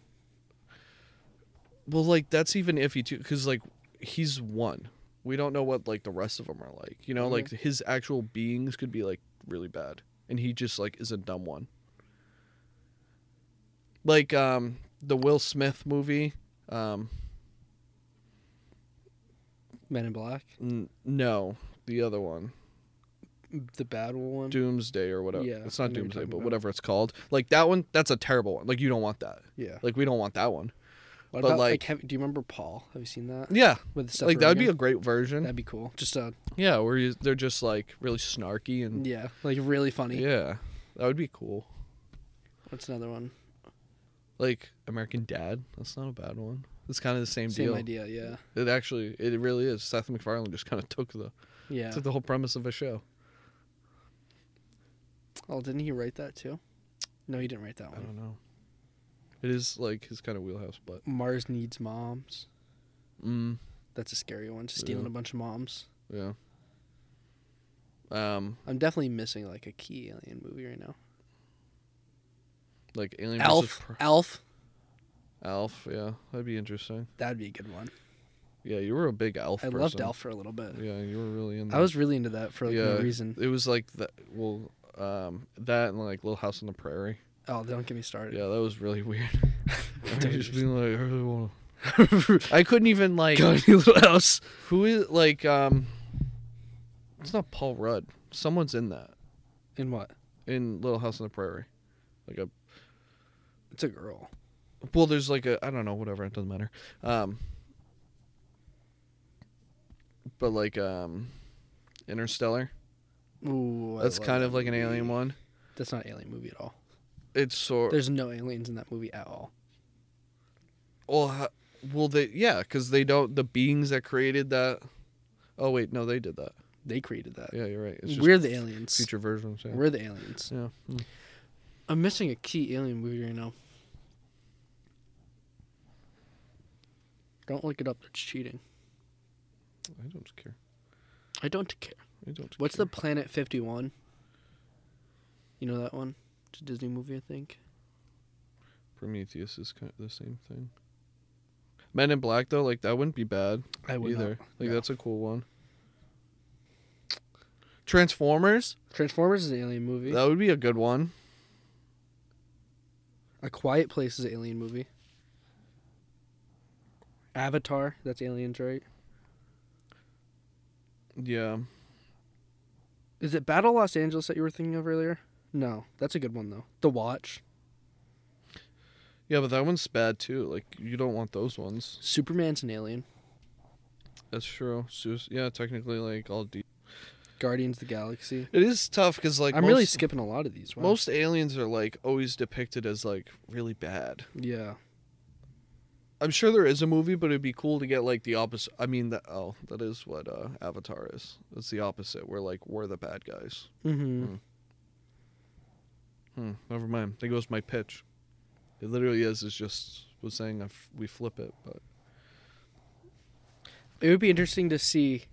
Speaker 1: well, like that's even iffy too. Cause like he's one. We don't know what like the rest of them are like. You know,
Speaker 2: Mhm.
Speaker 1: like his actual beings could be like really bad, and he just like is a dumb one. Like um the Will Smith movie. Um,
Speaker 2: Men in Black,
Speaker 1: n- no, the other one,
Speaker 2: the bad one.
Speaker 1: Doomsday or whatever.
Speaker 2: Mm. Yeah,
Speaker 1: it's
Speaker 2: I
Speaker 1: not
Speaker 2: know what you're
Speaker 1: Doomsday,
Speaker 2: talking
Speaker 1: but
Speaker 2: about.
Speaker 1: whatever it's called. Like that one, that's a terrible one. Like you don't want that.
Speaker 2: Yeah.
Speaker 1: Like we don't want that one.
Speaker 2: What
Speaker 1: but,
Speaker 2: about like,
Speaker 1: like-
Speaker 2: have, do you remember Paul? Have you seen that?
Speaker 1: Yeah,
Speaker 2: With Seth
Speaker 1: like that would be a
Speaker 2: Rogen?
Speaker 1: great version.
Speaker 2: that'd be cool. Just uh,
Speaker 1: Yeah, where you, they're just like really snarky and
Speaker 2: yeah, like really funny.
Speaker 1: Mm. yeah, that would be cool.
Speaker 2: What's another one?
Speaker 1: Like American Dad, that's not a bad one. It's kind of the same,
Speaker 2: Same
Speaker 1: deal.
Speaker 2: idea. Yeah.
Speaker 1: It actually, it really is. Seth MacFarlane just kind of took the
Speaker 2: Yeah.
Speaker 1: took the whole premise of a show.
Speaker 2: Oh, didn't he write that too? No, he didn't write that
Speaker 1: I
Speaker 2: one.
Speaker 1: don't know. It is like his kind of wheelhouse, but
Speaker 2: Mars needs moms.
Speaker 1: mm,
Speaker 2: That's a scary one. Just stealing
Speaker 1: Yeah.
Speaker 2: a bunch of moms.
Speaker 1: yeah. Um,
Speaker 2: I'm definitely missing like a key alien movie right now.
Speaker 1: like Alien
Speaker 2: Elf,
Speaker 1: versus Pre-
Speaker 2: Elf,
Speaker 1: Alf, yeah, that'd be interesting.
Speaker 2: that'd be a good one.
Speaker 1: Yeah, you were a big Alf.
Speaker 2: I
Speaker 1: person.
Speaker 2: loved Elf for a little bit.
Speaker 1: Yeah, you were really in.
Speaker 2: I was really into that for like no
Speaker 1: Yeah.
Speaker 2: reason.
Speaker 1: It was like that. Well, um, that and like Little House on the Prairie.
Speaker 2: Oh, don't get me started.
Speaker 1: Yeah, that was really <laughs>
Speaker 2: <laughs>
Speaker 1: weird. I
Speaker 2: Don't
Speaker 1: <laughs> just
Speaker 2: even-
Speaker 1: being like, I really want I couldn't even like.
Speaker 2: Got any little house?
Speaker 1: Who is like? Um, it's not Paul Rudd. Someone's in that
Speaker 2: In what?
Speaker 1: in Little House on the Prairie. Like a
Speaker 2: It's a girl.
Speaker 1: well, there's like a I don't know whatever it doesn't matter. Um, but like um, Interstellar.
Speaker 2: Ooh, I
Speaker 1: That's
Speaker 2: love
Speaker 1: kind
Speaker 2: that
Speaker 1: of like an alien
Speaker 2: movie.
Speaker 1: one.
Speaker 2: That's not an alien movie at all.
Speaker 1: It's sort.
Speaker 2: There's no aliens in that movie at all.
Speaker 1: Well, ha- well, they yeah, because they don't the beings that created that. Oh wait, no, they did that.
Speaker 2: They created that.
Speaker 1: Yeah, you're right. It's just
Speaker 2: We're the aliens.
Speaker 1: future versions. Yeah.
Speaker 2: We're the aliens.
Speaker 1: Yeah. hmm.
Speaker 2: I'm missing a key alien movie right now. Don't look it up. That's cheating.
Speaker 1: I don't care.
Speaker 2: I don't care.
Speaker 1: I don't.
Speaker 2: What's the Planet 51? You know that one? It's a Disney movie, I think.
Speaker 1: Prometheus is kind of the same thing. Men in Black though, like that wouldn't be bad
Speaker 2: I would
Speaker 1: either.
Speaker 2: not.
Speaker 1: Like
Speaker 2: no.
Speaker 1: that's a cool one. Transformers,
Speaker 2: Transformers is an alien movie.
Speaker 1: that would be a good one.
Speaker 2: A Quiet Place is an alien movie. Avatar, that's aliens, right?
Speaker 1: Yeah,
Speaker 2: Is it Battle Los Angeles that you were thinking of earlier? No, that's a good one though. The Watch,
Speaker 1: yeah, but that one's bad too. Like you don't want those ones.
Speaker 2: Superman's an alien,
Speaker 1: That's true. Sui- yeah, technically, like all deep.
Speaker 2: Guardians of the Galaxy.
Speaker 1: It is tough because like
Speaker 2: I'm really
Speaker 1: most-
Speaker 2: skipping a lot of these. Wow.
Speaker 1: most aliens are like always depicted as like really bad.
Speaker 2: yeah,
Speaker 1: I'm sure there is a movie, but it'd be cool to get like the opposite. I mean, the, oh, that is what uh, Avatar is. It's the opposite. We're like we're the bad guys.
Speaker 2: mm-hmm.
Speaker 1: Mm. Hmm. Never mind. There goes my pitch. It literally is. It's just was saying I f- we flip it, but
Speaker 2: it would be interesting to see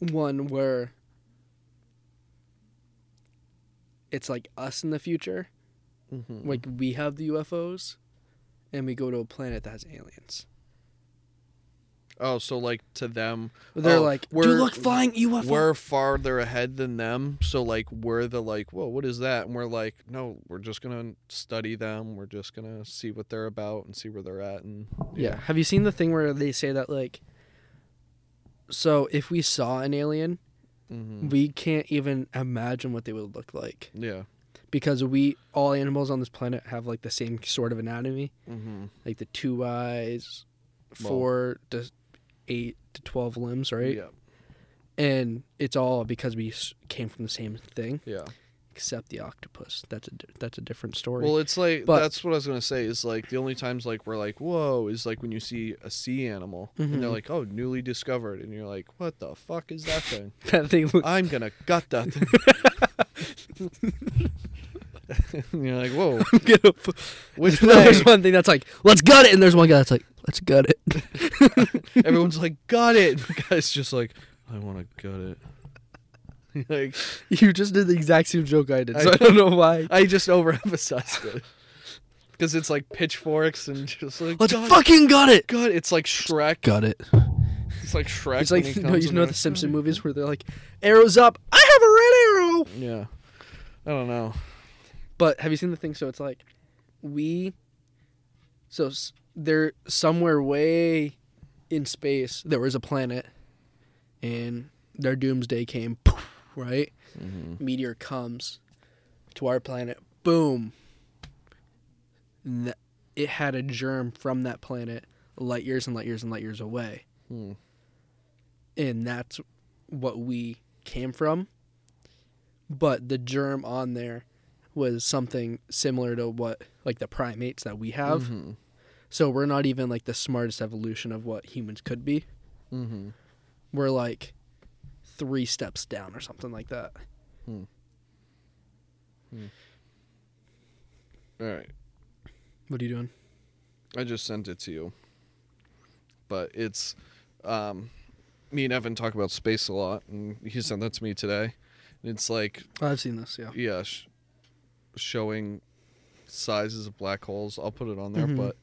Speaker 2: one where it's like us in the future,
Speaker 1: mm-hmm.
Speaker 2: like we have the UFOs, and we go to a planet that has aliens.
Speaker 1: oh, so like to them,
Speaker 2: They're
Speaker 1: oh,
Speaker 2: like,
Speaker 1: we're-
Speaker 2: dude, look, flying UFO.
Speaker 1: we're farther ahead than them. So like we're the like, whoa, what is that? And we're like, no, we're just gonna study them. We're just gonna see what they're about and see where they're at. And
Speaker 2: Yeah. Have you seen the thing where they say that like so if we saw an alien,
Speaker 1: Mhm.
Speaker 2: we can't even imagine what they would look like
Speaker 1: yeah,
Speaker 2: because we all animals on this planet have like the same sort of anatomy,
Speaker 1: hmm
Speaker 2: like the two eyes,
Speaker 1: Well-
Speaker 2: 4 to 8 to 12 limbs, right?
Speaker 1: yeah,
Speaker 2: And it's all because we s- came from the same thing
Speaker 1: yeah.
Speaker 2: except the octopus. That's a di- that's a different story.
Speaker 1: Well, it's like
Speaker 2: But-
Speaker 1: that's what I was gonna say. Is like the only times like we're like, whoa, is like when you see a sea animal and they're
Speaker 2: Mhm.
Speaker 1: like, oh, newly discovered, and you're like, what the fuck is that
Speaker 2: <laughs>
Speaker 1: thing?
Speaker 2: <laughs> that thing look-
Speaker 1: I'm gonna gut that thing.
Speaker 2: <laughs>
Speaker 1: and you're like, whoa,
Speaker 2: I'm gonna pu- <laughs>
Speaker 1: which way?
Speaker 2: There's one thing that's like, let's gut it, and there's one guy that's like, let's gut it. <laughs>
Speaker 1: <laughs> Everyone's like, got it. The guy's just like, I want to <laughs> gut it. like,
Speaker 2: You just did the exact same joke I did,
Speaker 1: I-
Speaker 2: so I, don't know why.
Speaker 1: I just overemphasized it <laughs> because it's like pitchforks and just like,
Speaker 2: <laughs> Let's
Speaker 1: "Gut it,
Speaker 2: fucking gut it.
Speaker 1: gut it." It's like Shrek.
Speaker 2: Gut it.
Speaker 1: It's like Shrek.
Speaker 2: It's
Speaker 1: when
Speaker 2: like
Speaker 1: he
Speaker 2: <laughs> no,
Speaker 1: comes
Speaker 2: you
Speaker 1: and
Speaker 2: know
Speaker 1: they're
Speaker 2: the
Speaker 1: like,
Speaker 2: Simpson
Speaker 1: "Gut it."
Speaker 2: movies where they're like, arrows up. I have a red arrow.
Speaker 1: Yeah, I don't know.
Speaker 2: But have you seen the thing? So it's like, we. So s- there, somewhere way in space, there was a planet, and their doomsday came. Poof, right, meteor comes to our planet. Boom. And th- it had a germ from that planet, light years and light years and light years away,
Speaker 1: Hmm.
Speaker 2: and that's what we came from. But the germ on there was something similar to what like the primates that we have.
Speaker 1: Mhm.
Speaker 2: So we're not even like the smartest evolution of what humans could be.
Speaker 1: Mhm.
Speaker 2: We're like three steps down or something like that.
Speaker 1: All right,
Speaker 2: What are you doing?
Speaker 1: I just sent it to you, but it's um, me and Evan talk about space a lot, and he sent that to me today, and it's like
Speaker 2: I've seen this, yeah.
Speaker 1: yeah, sh- showing sizes of black holes. I'll put it on there,
Speaker 2: Mhm.
Speaker 1: but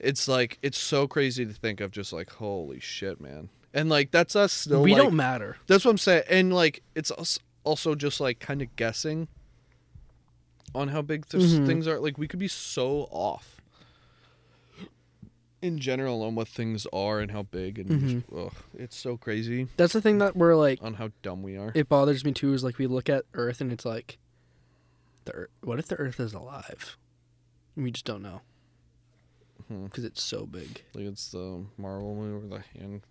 Speaker 1: it's like it's so crazy to think of. Just like holy shit, man, and like that's us still.
Speaker 2: we
Speaker 1: like-
Speaker 2: don't matter.
Speaker 1: That's what I'm saying, and like it's us also just like kind of guessing on how big th-
Speaker 2: Mhm.
Speaker 1: things are. Like we could be so off in general on what things are and how big, and ugh, it's so crazy
Speaker 2: That's the thing that we're like.
Speaker 1: on how dumb we are.
Speaker 2: It bothers me too. Is like we look at Earth and it's like, the Earth, what if the Earth is alive? We just don't know
Speaker 1: Hmm.
Speaker 2: because it's so big.
Speaker 1: like it's the Marvel movie where the hand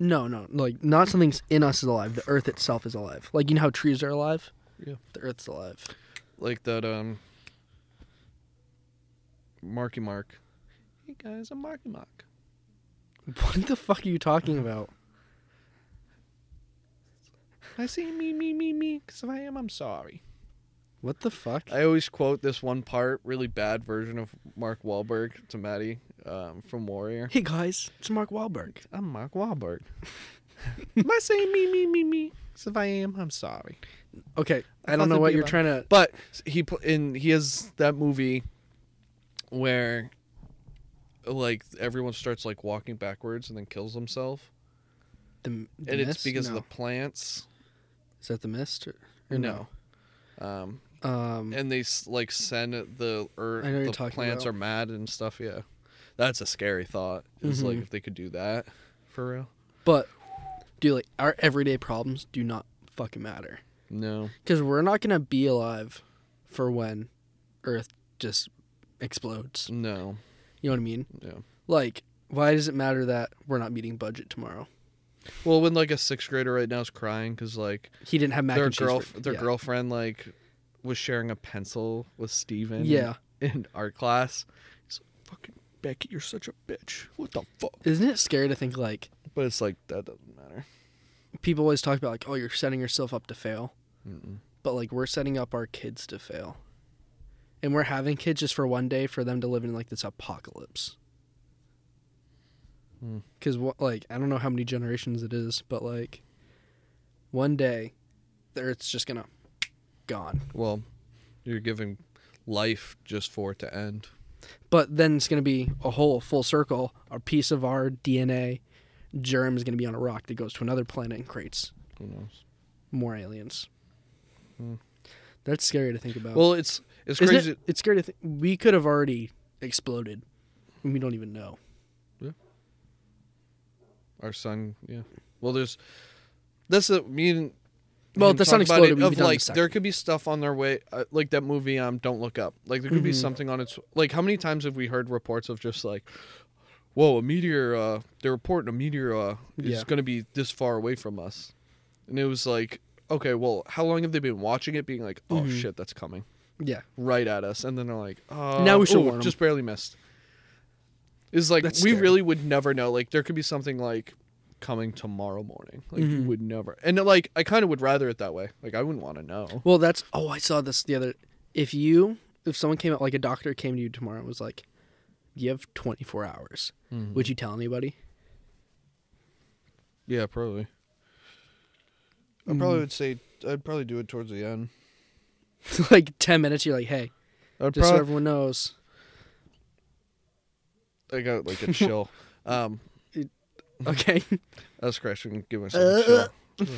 Speaker 2: No, no, like not something's in us is alive. The Earth itself is alive. Like you know how trees are alive.
Speaker 1: Yeah.
Speaker 2: the Earth's alive.
Speaker 1: like that um Marky Mark. Hey guys, I'm Marky Mark.
Speaker 2: <laughs> What the fuck are you talking about?
Speaker 1: I say me me me me because if I am, I'm sorry.
Speaker 2: What the fuck?
Speaker 1: I always quote this one part, really bad version of Mark Wahlberg to Maddie um, from Warrior.
Speaker 2: hey guys, it's Mark Wahlberg.
Speaker 1: I'm Mark Wahlberg. Am I saying me me me me? 'Cause if I am, I'm sorry.
Speaker 2: Okay,
Speaker 1: I
Speaker 2: I
Speaker 1: thought
Speaker 2: don't know
Speaker 1: they'd
Speaker 2: what
Speaker 1: be
Speaker 2: you're
Speaker 1: alive.
Speaker 2: trying to.
Speaker 1: But he pl- in he has that movie where like everyone starts like walking backwards and then kills himself,
Speaker 2: The, the
Speaker 1: and it's
Speaker 2: mist?
Speaker 1: because
Speaker 2: No.
Speaker 1: of the plants.
Speaker 2: Is that the mist or, or
Speaker 1: No. Um,
Speaker 2: no? Um,
Speaker 1: and they s- like send it- the earth.
Speaker 2: I know what you're
Speaker 1: the
Speaker 2: talking
Speaker 1: plants
Speaker 2: about.
Speaker 1: are mad and stuff. Yeah, that's a scary thought. Is like
Speaker 2: Mhm.
Speaker 1: if they could do that for real.
Speaker 2: But do like our everyday problems do not fucking matter
Speaker 1: No.
Speaker 2: because we're not gonna be alive for when Earth just explodes.
Speaker 1: No.
Speaker 2: You know what I mean?
Speaker 1: Yeah.
Speaker 2: Like, why does it matter that we're not meeting budget tomorrow?
Speaker 1: Well, when like a sixth grader right now is crying because like
Speaker 2: He didn't have mac
Speaker 1: their
Speaker 2: and cheese.
Speaker 1: girl
Speaker 2: for-
Speaker 1: their
Speaker 2: yeah.
Speaker 1: girlfriend like was sharing a pencil with Steven
Speaker 2: Yeah,
Speaker 1: in art class. He's like, fucking Becky, you're such a bitch. What the fuck?
Speaker 2: isn't it scary to think like
Speaker 1: But it's like that doesn't matter.
Speaker 2: people always talk about like, oh, you're setting yourself up to fail,
Speaker 1: Mm-mm.
Speaker 2: but like we're setting up our kids to fail, and we're having kids just for one day for them to live in like this apocalypse.
Speaker 1: Hmm.
Speaker 2: Because what, like, I don't know how many generations it is, but like, one day, the Earth's just gonna gone.
Speaker 1: Well, you're giving life just for it to end.
Speaker 2: But then it's gonna be a whole full circle, a piece of our DNA germ is going to be on a rock that goes to another planet and creates
Speaker 1: Who knows?
Speaker 2: more aliens.
Speaker 1: Hmm.
Speaker 2: That's scary to think about.
Speaker 1: Well, it's it's
Speaker 2: Oh. Isn't it-
Speaker 1: crazy.
Speaker 2: it's scary to think we could have already exploded, and we don't even know.
Speaker 1: Our sun, yeah. Well, there's that's a me and
Speaker 2: Well,
Speaker 1: him
Speaker 2: the sun
Speaker 1: talk about
Speaker 2: exploded,
Speaker 1: It,
Speaker 2: we'd be
Speaker 1: of
Speaker 2: done in a
Speaker 1: like
Speaker 2: second.
Speaker 1: there could be stuff on their way, uh, like that movie. Um, don't look up. Like there could be
Speaker 2: Mhm.
Speaker 1: something on its. Like how many times have we heard reports of just like, whoa, a meteor. Uh, they're reporting a meteor uh, is
Speaker 2: Yeah.
Speaker 1: going to be this far away from us, and it was like, okay, well, how long have they been watching it? Being like, oh
Speaker 2: Mhm.
Speaker 1: shit, that's coming
Speaker 2: Yeah,
Speaker 1: right at us, and then they're like, oh,
Speaker 2: Now we should
Speaker 1: ooh,
Speaker 2: warn 'em.
Speaker 1: just barely missed. It's like
Speaker 2: That's
Speaker 1: we
Speaker 2: scary.
Speaker 1: really would never know. Like there could be something like coming tomorrow morning. Like you
Speaker 2: Mhm.
Speaker 1: would never, and like I kind of would rather it that way. Like I wouldn't want to know.
Speaker 2: Well, that's oh, I saw this the other. If you, if someone came out like a doctor came to you tomorrow and was like, "You have 24 hours,"
Speaker 1: Hmm.
Speaker 2: would you tell anybody? <laughs>
Speaker 1: Yeah, probably. I
Speaker 2: Mm.
Speaker 1: probably would say I'd probably do it towards the end.
Speaker 2: like 10 minutes, you're like, "Hey,
Speaker 1: I'd
Speaker 2: just so
Speaker 1: probably <laughs>
Speaker 2: everyone knows."
Speaker 1: I got like
Speaker 2: <laughs>
Speaker 1: a chill. um,
Speaker 2: Okay,
Speaker 1: I was scratching, give
Speaker 2: Uh,
Speaker 1: myself a chill.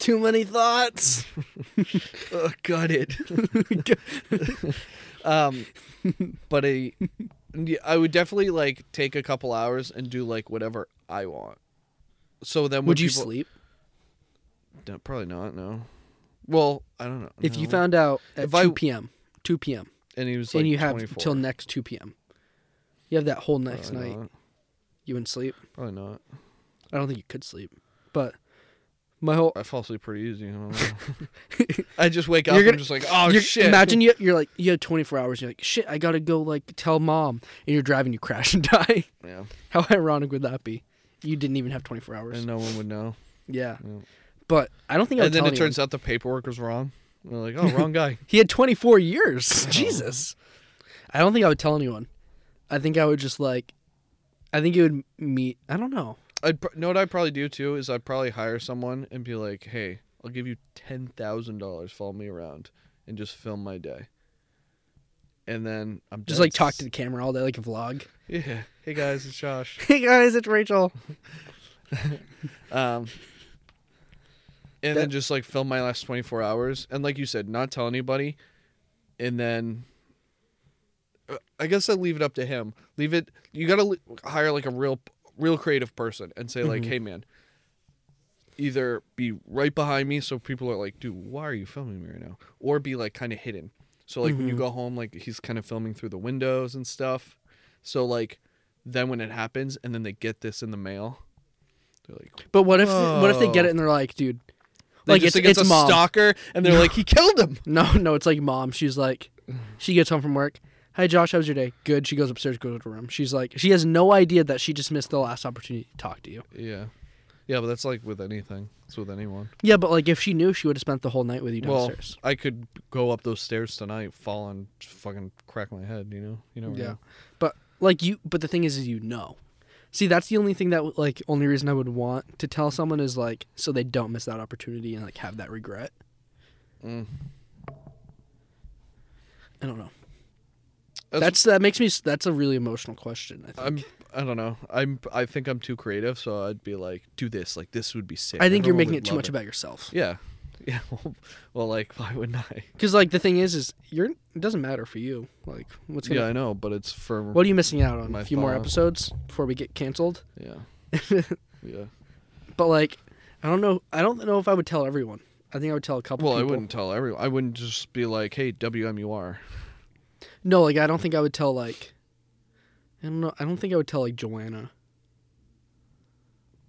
Speaker 2: too many
Speaker 1: <laughs>
Speaker 2: thoughts. Oh,
Speaker 1: Uh, got <laughs> it.
Speaker 2: <laughs>
Speaker 1: um, but I, yeah, I would definitely like take a couple hours and do like whatever I want. So then, when
Speaker 2: Would you
Speaker 1: people-
Speaker 2: sleep
Speaker 1: No, probably not. No. Well, I don't know.
Speaker 2: if you
Speaker 1: no.
Speaker 2: found out at
Speaker 1: If
Speaker 2: 2
Speaker 1: I-
Speaker 2: p.m. 2 p.m.
Speaker 1: and he was like
Speaker 2: and you have
Speaker 1: 24.
Speaker 2: till next 2 p.m. You have that whole next
Speaker 1: Probably
Speaker 2: night.
Speaker 1: not.
Speaker 2: You wouldn't sleep.
Speaker 1: Probably not.
Speaker 2: I don't think you could sleep, but my whole
Speaker 1: I fall asleep pretty easy. I, don't
Speaker 2: <laughs>
Speaker 1: know. I just wake up
Speaker 2: You're
Speaker 1: and
Speaker 2: gonna-
Speaker 1: I'm just like, oh
Speaker 2: You're-
Speaker 1: shit.
Speaker 2: Imagine you, you're like you had 24 hours. And you're like, shit, I gotta go like tell mom, and you're driving, you crash <laughs> and die.
Speaker 1: Yeah,
Speaker 2: How ironic would that be? You didn't even have 24 hours.
Speaker 1: and no one would know.
Speaker 2: yeah,
Speaker 1: Yeah.
Speaker 2: but I don't think. I would
Speaker 1: and then
Speaker 2: tell
Speaker 1: it turns out the paperwork was wrong. And They're like, oh, wrong guy.
Speaker 2: he had 24 <laughs> years. Jesus, I don't think I would tell anyone. I think I would just like, I think it would meet. I don't know.
Speaker 1: I'd pr- know what I'd probably do too is I'd probably hire someone and be like, "Hey, I'll give you ten thousand dollars. Follow me around and just film my day." And then I'm
Speaker 2: Just
Speaker 1: dead.
Speaker 2: like talk to the camera all day, like a vlog.
Speaker 1: <laughs> yeah. Hey guys, it's Josh.
Speaker 2: <laughs> Hey guys, it's Rachel.
Speaker 1: Um, and
Speaker 2: That-
Speaker 1: then just like film my last 24 hours. And like you said, not tell anybody. And then Uh, I guess I leave it up to him. Leave it. You got to hire like a real, real creative person and say, like, hey, man, either be right behind me so people are like, dude, why are you filming me right now? Or be like kind of hidden. So like when you
Speaker 2: Mhm.
Speaker 1: go home, like he's kind of filming through the windows and stuff. So like then when it happens and then they get this in the mail, they're like,
Speaker 2: But what if what if they get
Speaker 1: Oh.
Speaker 2: it and they're like, dude,
Speaker 1: They
Speaker 2: like
Speaker 1: just
Speaker 2: it's
Speaker 1: think it's,
Speaker 2: it's
Speaker 1: a
Speaker 2: mom.
Speaker 1: stalker, and they're like, he killed him.
Speaker 2: No, no, it's like mom. She's like, she gets home from work. Hi, Josh, how was your day? Good. She goes upstairs, goes to her room. She's like, she has no idea that she just missed the last opportunity to talk to you.
Speaker 1: Yeah, yeah, but that's like with anything. It's with anyone.
Speaker 2: Yeah, but like if she knew, she would have spent the whole night with you
Speaker 1: Well,
Speaker 2: downstairs.
Speaker 1: I could go up those stairs tonight, fall and fucking crack my head. You know, you know.
Speaker 2: yeah, but like you, but the thing is, is you know. See, that's the only thing that would- like only reason I would want to tell someone is like so they don't miss that opportunity and like have that regret.
Speaker 1: Mm.
Speaker 2: I don't know.
Speaker 1: That's-
Speaker 2: That's, that makes me. s- That's a really emotional question. I think.
Speaker 1: I'm. I don't know. I'm. I think I'm too creative, so I'd be like, do this. Like this would be sick.
Speaker 2: I think you're
Speaker 1: Everyone
Speaker 2: making
Speaker 1: would
Speaker 2: it too
Speaker 1: love
Speaker 2: much about yourself.
Speaker 1: Yeah, <laughs> yeah. Well, well, like <laughs> why wouldn't I?
Speaker 2: Because like the thing is, is you're it doesn't matter for you. Like what's gonna
Speaker 1: Yeah, I know, but it's for.
Speaker 2: What are you missing out on?
Speaker 1: My
Speaker 2: a few more
Speaker 1: thought.
Speaker 2: episodes before we get canceled. <laughs>
Speaker 1: Yeah, yeah.
Speaker 2: But like, I don't know. I don't know if I would tell everyone. I think I would tell a couple.
Speaker 1: Well, I
Speaker 2: people.
Speaker 1: wouldn't tell everyone. I wouldn't just be like, hey, WMUR.
Speaker 2: No, like I don't think I would tell like. I don't know. I don't think I would tell like Joanna.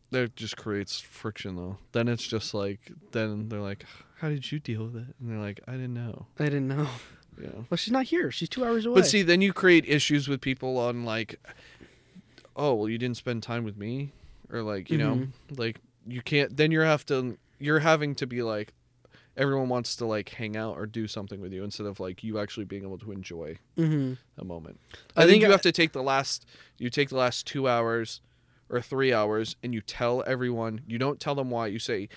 Speaker 1: that just creates friction though then it's just like then they're like how did you deal with it and they're like i didn't know
Speaker 2: I didn't know. <laughs>
Speaker 1: yeah
Speaker 2: Well, she's not here. She's two hours away.
Speaker 1: but see then you create issues with people on like oh well you didn't spend time with me or like you know
Speaker 2: Mhm.
Speaker 1: like you can't then you're have to you're having to be like everyone wants to like hang out or do something with you instead of like you actually being able to enjoy
Speaker 2: hmm
Speaker 1: a moment i,
Speaker 2: I
Speaker 1: think,
Speaker 2: think
Speaker 1: you
Speaker 2: I-
Speaker 1: have to take the last you take the last two hours or three hours and you tell everyone you don't tell them why you say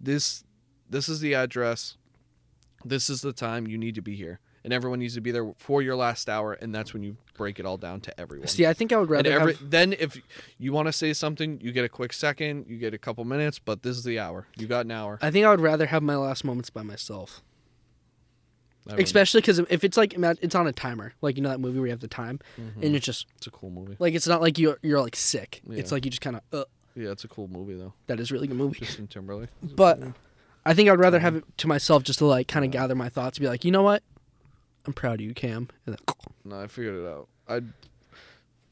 Speaker 1: this this is the address this is the time you need to be here and everyone needs to be there for your last hour, and that's when you break it all down to everyone.
Speaker 2: See, I think I would
Speaker 1: and
Speaker 2: rather
Speaker 1: every
Speaker 2: have.
Speaker 1: then if you want to say something, you get a quick second, you get a couple minutes, but this is the hour. You got an hour.
Speaker 2: I think I would rather have my last moments by myself,
Speaker 1: I mean,
Speaker 2: especially because if it's like ima- it's on a timer, like you know that movie where you have the time,
Speaker 1: Mm-hmm.
Speaker 2: and it's just
Speaker 1: it's a cool movie.
Speaker 2: like it's not like you're you're like sick. It's
Speaker 1: Yeah.
Speaker 2: like you just kind of uh,
Speaker 1: Yeah, it's a cool movie though.
Speaker 2: that is a really good movie.
Speaker 1: Justin Timberlake.
Speaker 2: But I think I'd rather have it to myself just to like kind of gather my thoughts, and be like, you know what, I'm proud of you, Cam. And then, <laughs>
Speaker 1: No, I figured it out. I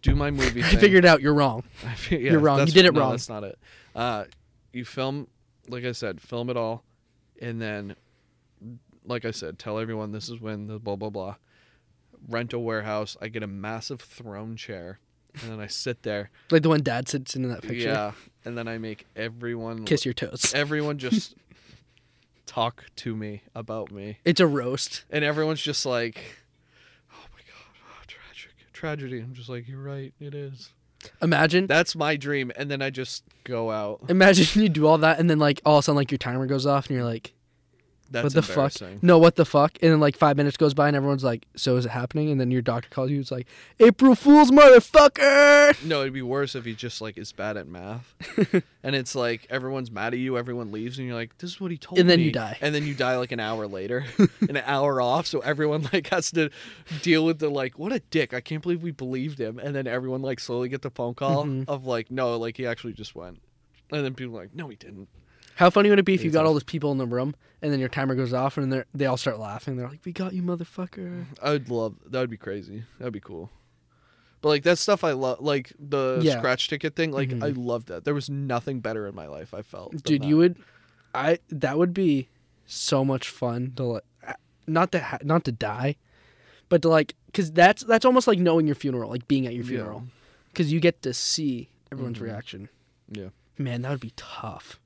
Speaker 1: do my movie.
Speaker 2: I
Speaker 1: thing.
Speaker 2: figured out you're wrong.
Speaker 1: <laughs> I fi- yeah,
Speaker 2: You're wrong. You
Speaker 1: that's-
Speaker 2: did it
Speaker 1: no,
Speaker 2: wrong.
Speaker 1: That's not it. Uh, you film, like I said, film it all, and then, like I said, tell everyone this is when the blah blah blah. Rent a warehouse. I get a massive throne chair, and then I sit there.
Speaker 2: Like the one Dad sits in in that <laughs> picture.
Speaker 1: Yeah, and then I make everyone
Speaker 2: Kiss your toes.
Speaker 1: Everyone just
Speaker 2: <laughs>
Speaker 1: talk to me about me,
Speaker 2: It's a roast.
Speaker 1: and everyone's just like, "Oh my god, oh, tragic tragedy." I'm just like, "You're right. It is."
Speaker 2: Imagine
Speaker 1: That's my dream, and then I just go out.
Speaker 2: Imagine <laughs> you do all that and then like all of a sudden like your timer goes off and you're like,
Speaker 1: That's
Speaker 2: what the fuck?
Speaker 1: embarrassing.
Speaker 2: No, what the fuck? And then like five minutes goes by and everyone's like, so is it happening? And then your doctor calls you. It's like, April Fool's motherfucker.
Speaker 1: No, it'd be worse if he just like is bad at
Speaker 2: <laughs>
Speaker 1: math, and it's like everyone's mad at you, everyone leaves, and you're like, "This is what he told me,"
Speaker 2: And then you die.
Speaker 1: and then you die like an hour
Speaker 2: <laughs>
Speaker 1: later, an hour off, so everyone like has to deal with the like, "What a dick! I can't believe we believed him," and then everyone like slowly get the phone call
Speaker 2: Mm-hmm.
Speaker 1: of like, "No, like he actually just went," and then people are like, "No, he didn't."
Speaker 2: How funny would it be if you
Speaker 1: It's
Speaker 2: got all
Speaker 1: awesome.
Speaker 2: those people in the room and then your timer goes off and they they all start laughing. They're like, we got you, motherfucker.
Speaker 1: I would love that. Would be crazy. That'd be cool. But like that stuff, I love like the
Speaker 2: Yeah. Mm-hmm.
Speaker 1: scratch ticket thing. Like I loved that. There was nothing better in my life. I felt than
Speaker 2: Dude,
Speaker 1: that.
Speaker 2: you would, I that would be so much fun to like, not to ha- not to die, but to like, cause that's that's almost like knowing your funeral, like being at your
Speaker 1: Yeah. Mm-hmm.
Speaker 2: funeral, cause you get to see everyone's reaction.
Speaker 1: Yeah.
Speaker 2: Man, that would be tough.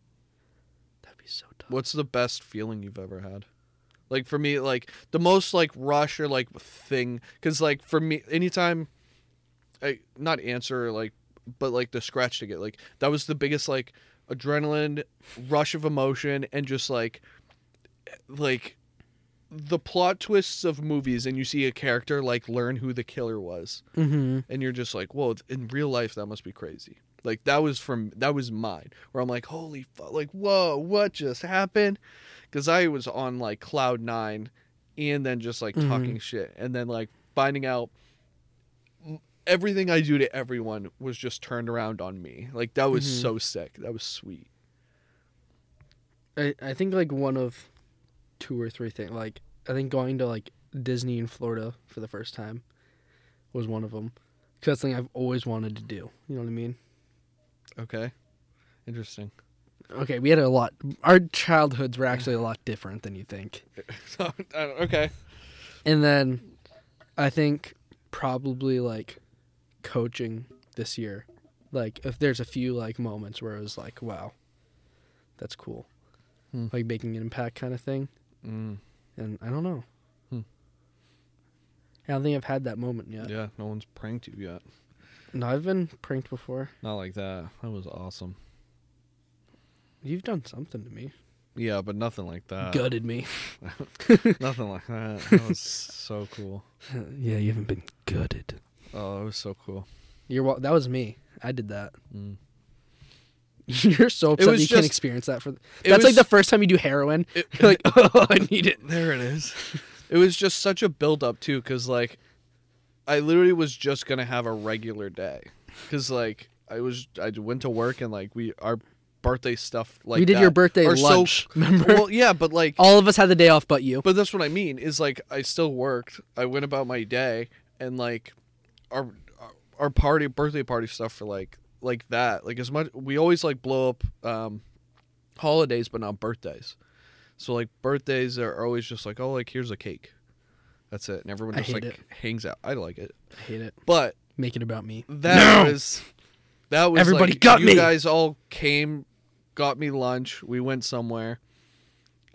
Speaker 2: That'd be so tough.
Speaker 1: What's the best feeling you've ever had? Like for me, like the most like rush or like thing, because like for me, anytime, I not answer or, like, but like the scratch ticket, like that was the biggest like adrenaline rush of emotion and just like, like, the plot twists of movies and you see a character like learn who the killer was
Speaker 2: Mm-hmm.
Speaker 1: and you're just like, whoa, in real life that must be crazy. Like that was from that was mine where I'm like, holy fuck, like whoa, what just happened? Because I was on like cloud nine, and then just like
Speaker 2: Mhm.
Speaker 1: talking shit, and then like finding out m- everything I do to everyone was just turned around on me. Like that was
Speaker 2: Mhm.
Speaker 1: so sick. That was sweet.
Speaker 2: I, I think like one of two or three things. Like I think going to like Disney in Florida for the first time was one of them. Cause that's something I've always wanted to do. You know what I mean?
Speaker 1: Okay, interesting.
Speaker 2: Okay, we had a lot. Our childhoods were actually a lot different than you think.
Speaker 1: <laughs> So, I don't- okay,
Speaker 2: And then I think probably like coaching this year. Like if there's a few like moments where I was like, wow, that's cool.
Speaker 1: Hmm.
Speaker 2: Like making an impact kind of thing.
Speaker 1: mm,
Speaker 2: And I don't know.
Speaker 1: Hmm.
Speaker 2: I don't think I've had that moment yet.
Speaker 1: yeah, no one's pranked you yet.
Speaker 2: No, I've been pranked before.
Speaker 1: Not like that. That was awesome.
Speaker 2: You've done something to me.
Speaker 1: Yeah, but nothing like that.
Speaker 2: Gutted me. <laughs>
Speaker 1: Nothing like <laughs> that. That was so cool.
Speaker 2: yeah, you haven't been gutted.
Speaker 1: Oh, it was so cool.
Speaker 2: You're wa- that was me. I did that.
Speaker 1: Mm.
Speaker 2: <laughs> You're so upset
Speaker 1: was
Speaker 2: you can't
Speaker 1: just-
Speaker 2: experience that for.
Speaker 1: it
Speaker 2: That's like
Speaker 1: was-
Speaker 2: the first time you do heroin.
Speaker 1: <laughs> It-
Speaker 2: <laughs> You're like, oh, I need it.
Speaker 1: There it is. It was just such a build up too, because like, I literally was just gonna have a regular day, because like I was I went to work and like we our birthday stuff like
Speaker 2: we did
Speaker 1: that
Speaker 2: your birthday
Speaker 1: are so-
Speaker 2: lunch. <laughs> remember?
Speaker 1: well, yeah, but like
Speaker 2: All of us had the day off, but you.
Speaker 1: But that's what I mean. Is like I still worked. I went about my day, and like our our party birthday party stuff for like like that. Like as much we always like blow up um, holidays, but not birthdays. So like birthdays are always just like oh like here's a cake, that's it, and everyone
Speaker 2: I
Speaker 1: just like
Speaker 2: hate it.
Speaker 1: hangs out. I like it,
Speaker 2: I hate it.
Speaker 1: but
Speaker 2: Make it about me.
Speaker 1: that was that was
Speaker 2: Everybody
Speaker 1: like,
Speaker 2: got
Speaker 1: you
Speaker 2: me.
Speaker 1: guys all came, got me lunch. We went somewhere,